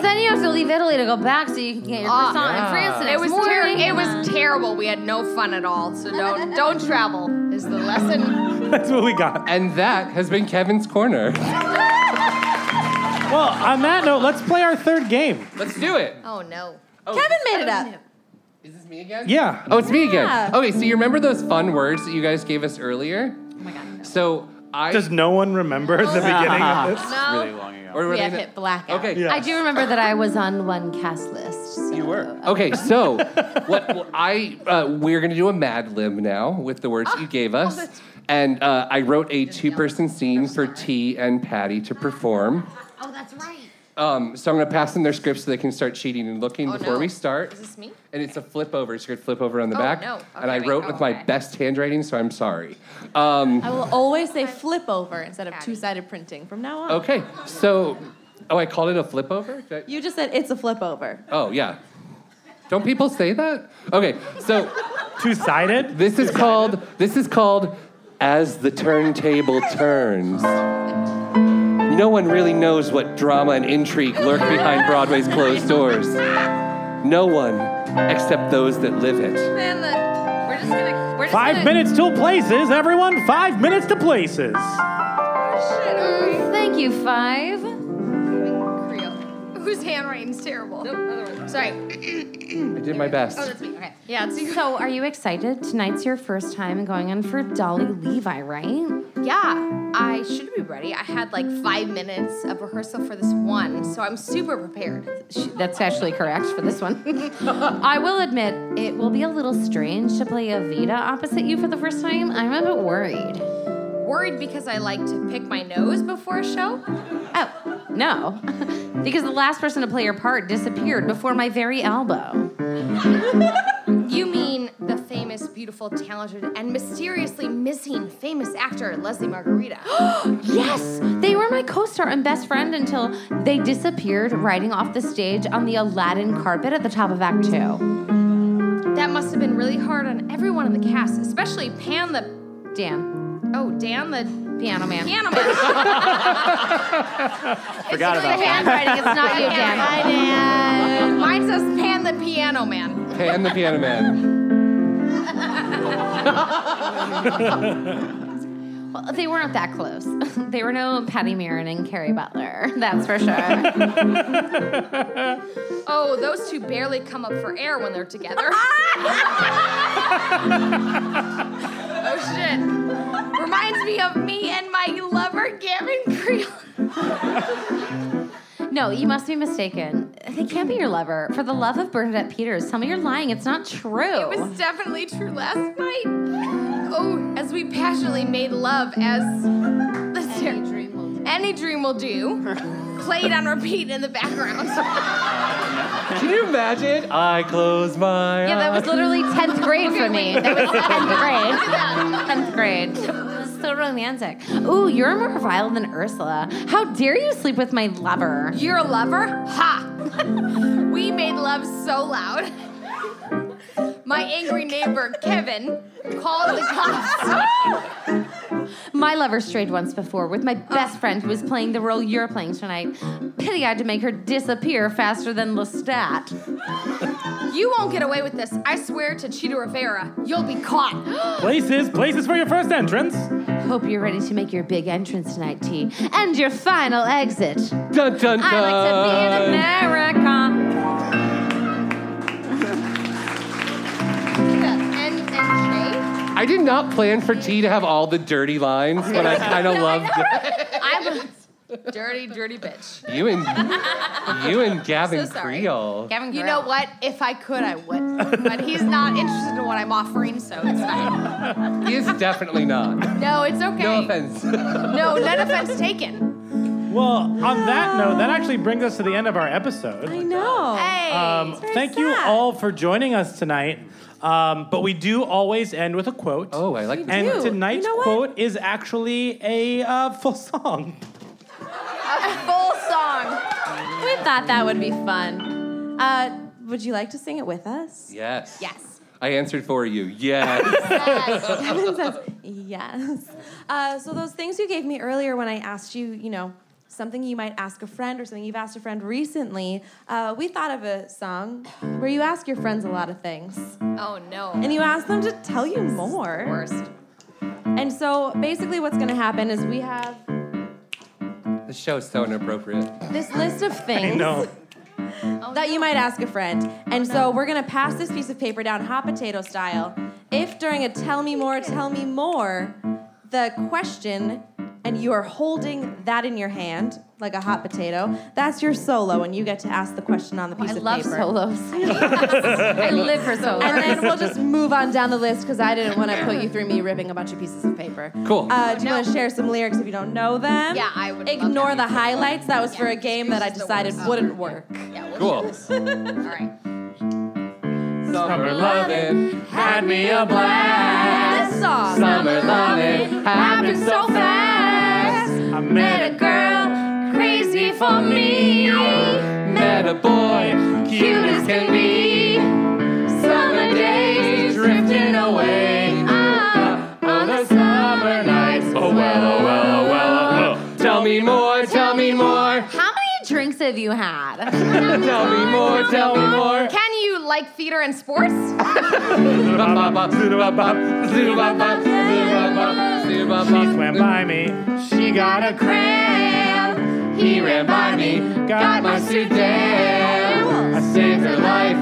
then you have to leave Italy to go back so you can get your
Ah,
croissant in France the
It
next
was
morning.
terrible. It was terrible. We had no fun at all. So
(laughs)
don't don't travel is the lesson.
That's what we got.
And that has been Kevin's Corner.
Well, on that note, let's play our third game.
Let's do
(laughs)
it.
Oh no.
Kevin made it up.
Is this me again?
Yeah.
Oh, it's me again.
Yeah.
Okay, so you remember those fun words that you guys gave us earlier? Oh my god. So I
Does no one remember (laughs) the beginning of this?
No. Really long ago. Or were
we
they
have
the-
hit blackout.
Okay. Yeah.
I do remember that I was on one cast list. So. You were.
Uh, Okay, so what, what I uh, we're gonna do a Mad Lib now with the words you gave us, and uh, I wrote a two-person scene for T and Patty to perform.
Oh, that's right.
Um, so I'm gonna pass them their scripts so they can start cheating and looking before we start.
Is this me?
And it's a flip over, so you're gonna flip over on the
Oh,
back.
no.
and I
Okay,
wrote with my best handwriting, so I'm sorry. Um,
I will always say flip over instead of two sided printing from now on.
Okay, so oh, I called it a flip over. Did I-
You just said it's a flip over.
Oh yeah. Don't people say that? Okay, so
two-sided.
This is called this is called as the turntable turns. No one really knows what drama and intrigue lurk behind Broadway's closed doors. No one except those that live it.
Man, the, we're just gonna. We're just
Five
gonna,
minutes till places, everyone. Five minutes to places.
Mm, thank you, five.
Whose handwriting's terrible? Sorry.
I did my best.
Oh, that's me. Okay. Yeah, it's
So, are you excited? Tonight's your first time going on for Dolly Levi, right?
Yeah, I should be ready. I had like five minutes of rehearsal for this one, so I'm super prepared.
Sh- That's actually correct for this one. (laughs) I will admit, it will be a little strange to play a Vita opposite you for the first time. I'm a bit worried.
worried because I like to pick my nose before a show?
Oh, No, (laughs) because the last person to play your part disappeared before my very elbow.
You mean the famous, beautiful, talented, and mysteriously missing famous actor Leslie Margarita?
yes, they were my co-star and best friend until they disappeared riding off the stage on the Aladdin carpet at the top of Act Two.
That must have been really hard on everyone in the cast, especially Pan the
Dan.
Oh, Dan the
piano man.
Piano man.
(laughs) Forgot about that. (laughs)
Hi, Dan. Mine says Pan the piano man.
Hey, I'm the piano man.
Well, they weren't that close. (laughs) they were no Patty Mirren and Carrie Butler. (laughs) That's for sure.
(laughs) oh, those two barely come up for air when they're
(laughs)
together. oh shit. Reminds me of me and my lover Gavin Creel.
No, you must be mistaken. They can't be your lover. For the love of Bernadette Peters, tell me you're lying. It's not true.
It was definitely true last night. Oh, as we passionately made love as any dream will do. Any dream will
(laughs)
do. Played on repeat in the background. (laughs)
Can you imagine? I close my
yeah, that was
(laughs)
literally 10th grade for me. That was 10th
Look
grade. 10th grade. (laughs) It was so romantic. Ooh, you're more vile than Ursula. How dare you sleep with my lover?
You're a lover? Ha! (laughs) we made love so loud. My angry neighbor, Kevin, called the cops. (laughs)
My lover strayed once before with my
Oh.
best friend who was playing the role you're playing tonight. Pity I had to make her disappear faster than Lestat.
You won't get away with this. I swear to Cheeto Rivera, you'll be caught. (gasps)
Places, places for your first entrance.
Hope you're ready to make your big entrance tonight, T, and your final exit.
Dun dun dun.
I like to be in America.
and, and
I did not plan for T to have all the dirty lines,
(laughs)
but I kind of loved it.
Jay, I'm a dirty, dirty bitch.
You and
(laughs)
you and Gavin
So sorry.
Creel.
Gavin
You know what? If I could, I (laughs) would. But he's not interested in what I'm offering, so it's fine.
He is definitely not.
No, it's okay.
No offense. (laughs)
No, none offense taken.
Well, on that note, that actually brings us to the end of our episode.
I know.
Hey.
Um, thank you all for joining us tonight. Um, but we do always end with a quote.
Oh, I like this.
and
do.
tonight's
You know what?
quote is actually a uh, full song.
a full song.
We thought that would be fun. Uh, would you like to sing it with us?
Yes.
Yes.
I answered for you. (laughs) Yes.
Kevin says, yes. Uh, so those things you gave me earlier when I asked you, you know, something you might ask a friend or something you've asked a friend recently, uh, we thought of a song where you ask your friends a lot of things
Oh no.
and you ask them to tell you more.
worst.
And so basically what's going to happen
(laughs)
is we have
the show's so inappropriate.
this list of things
No.
that you might ask a friend. And so we're going to pass this piece of paper down hot potato style. If during a tell me more, tell me more, the question and you are holding that in your hand like a hot potato, that's your solo and you get to ask the question on the piece
I
of
love
paper.
solos. I live for solos.
And then we'll just move on down the list because I didn't want to put you through me ripping a bunch of pieces of paper.
Cool.
Uh, do you want to share some lyrics if you don't know them?
Yeah, I would love
Ignore
that.
the highlights. That was for a game that I decided wouldn't work.
Yeah, we'll
cool.
(laughs)
All right.
Summer loving had me a blast.
This song.
Summer loving happened so fast.
I met
a girl crazy for me.
Met a boy, cute as can be. Summer days drifting away. Ah, on the summer nights. Oh well, oh well, oh well. Oh. Tell me more, tell me more.
How many drinks have you
(laughs)
had?
Tell me more, tell me more.
Can you like theater and sports?
Ba-ba-ba, zoo-ba-ba, zoo-ba-ba, zoo-ba-ba, zoo-ba-ba.
She swam by me. She got a
cram. He ran by me, got my suit down. I saved her life,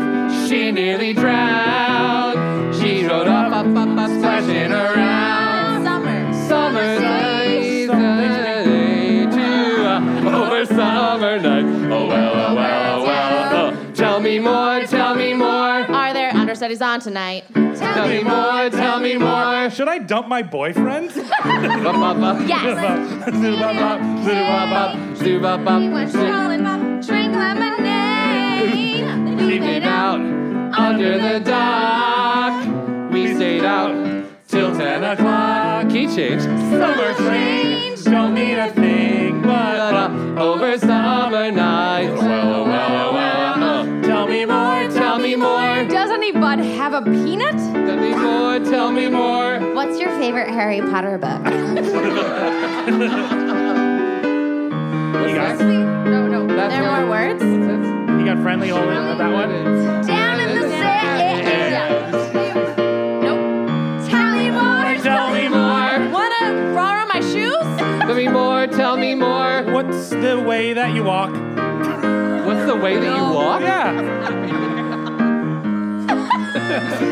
she nearly drowned. She rode off, up, up, up, splashing around.
Summer.
Summer night, day to, uh, over summer night. Oh well, oh well, oh well. oh. Tell me more, tell me more.
Are there under
that he's on tonight.
Tell me more, tell me more. Should I dump
(laughs)
my boyfriend? (laughs)
Yes. Drink lemonade.
Leave it out under the dock. We stayed out till 10 o'clock. Key change. Summer change. Don't mean a thing, but uh, over summer nights. Well, well, well, uh, tell me more, tell me more.
Doesn't he, bud, have a peanut?
Tell me more, tell me more.
What's your favorite Harry Potter book?
You got,
no, no.
That's
there
not-
are more words?
you got friendly hole in that one?
Down in the sand. Nope. Tell me more.
Tell me more.
Wanna bra on my shoes?
Tell me more, tell me more.
What's the way that you walk?
What's the way that you walk?
Yeah.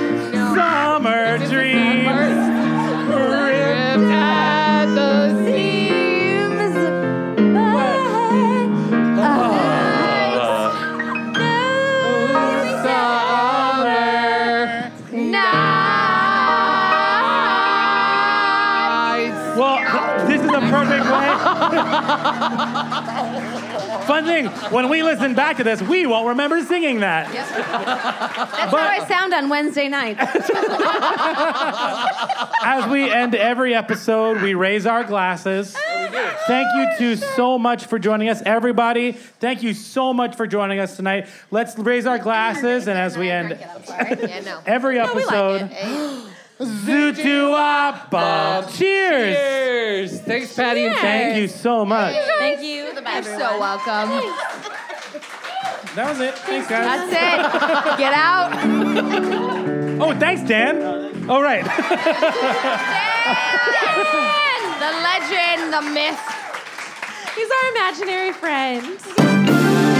Summer dreams.
Ripped at the seams.
Ah.
Oh,
Summer nights.
Well, this is a perfect way. Fun thing, when we listen back to this, we won't remember singing that.
That's how I sound on Wednesday
(laughs)
nights.
As we end every episode, we raise our glasses. Thank you two so much for joining us, everybody. Thank you so much for joining us tonight. Let's raise our glasses, and as we end every episode, Zutu up, Bob. Cheers.
Cheers. Thanks, Patty. and
Thank you so much.
Thank you. You're so welcome.
That was it. Thanks, guys.
That's it. Get out.
Oh, thanks, Dan. All right.
the legend, the myth.
He's our imaginary friend.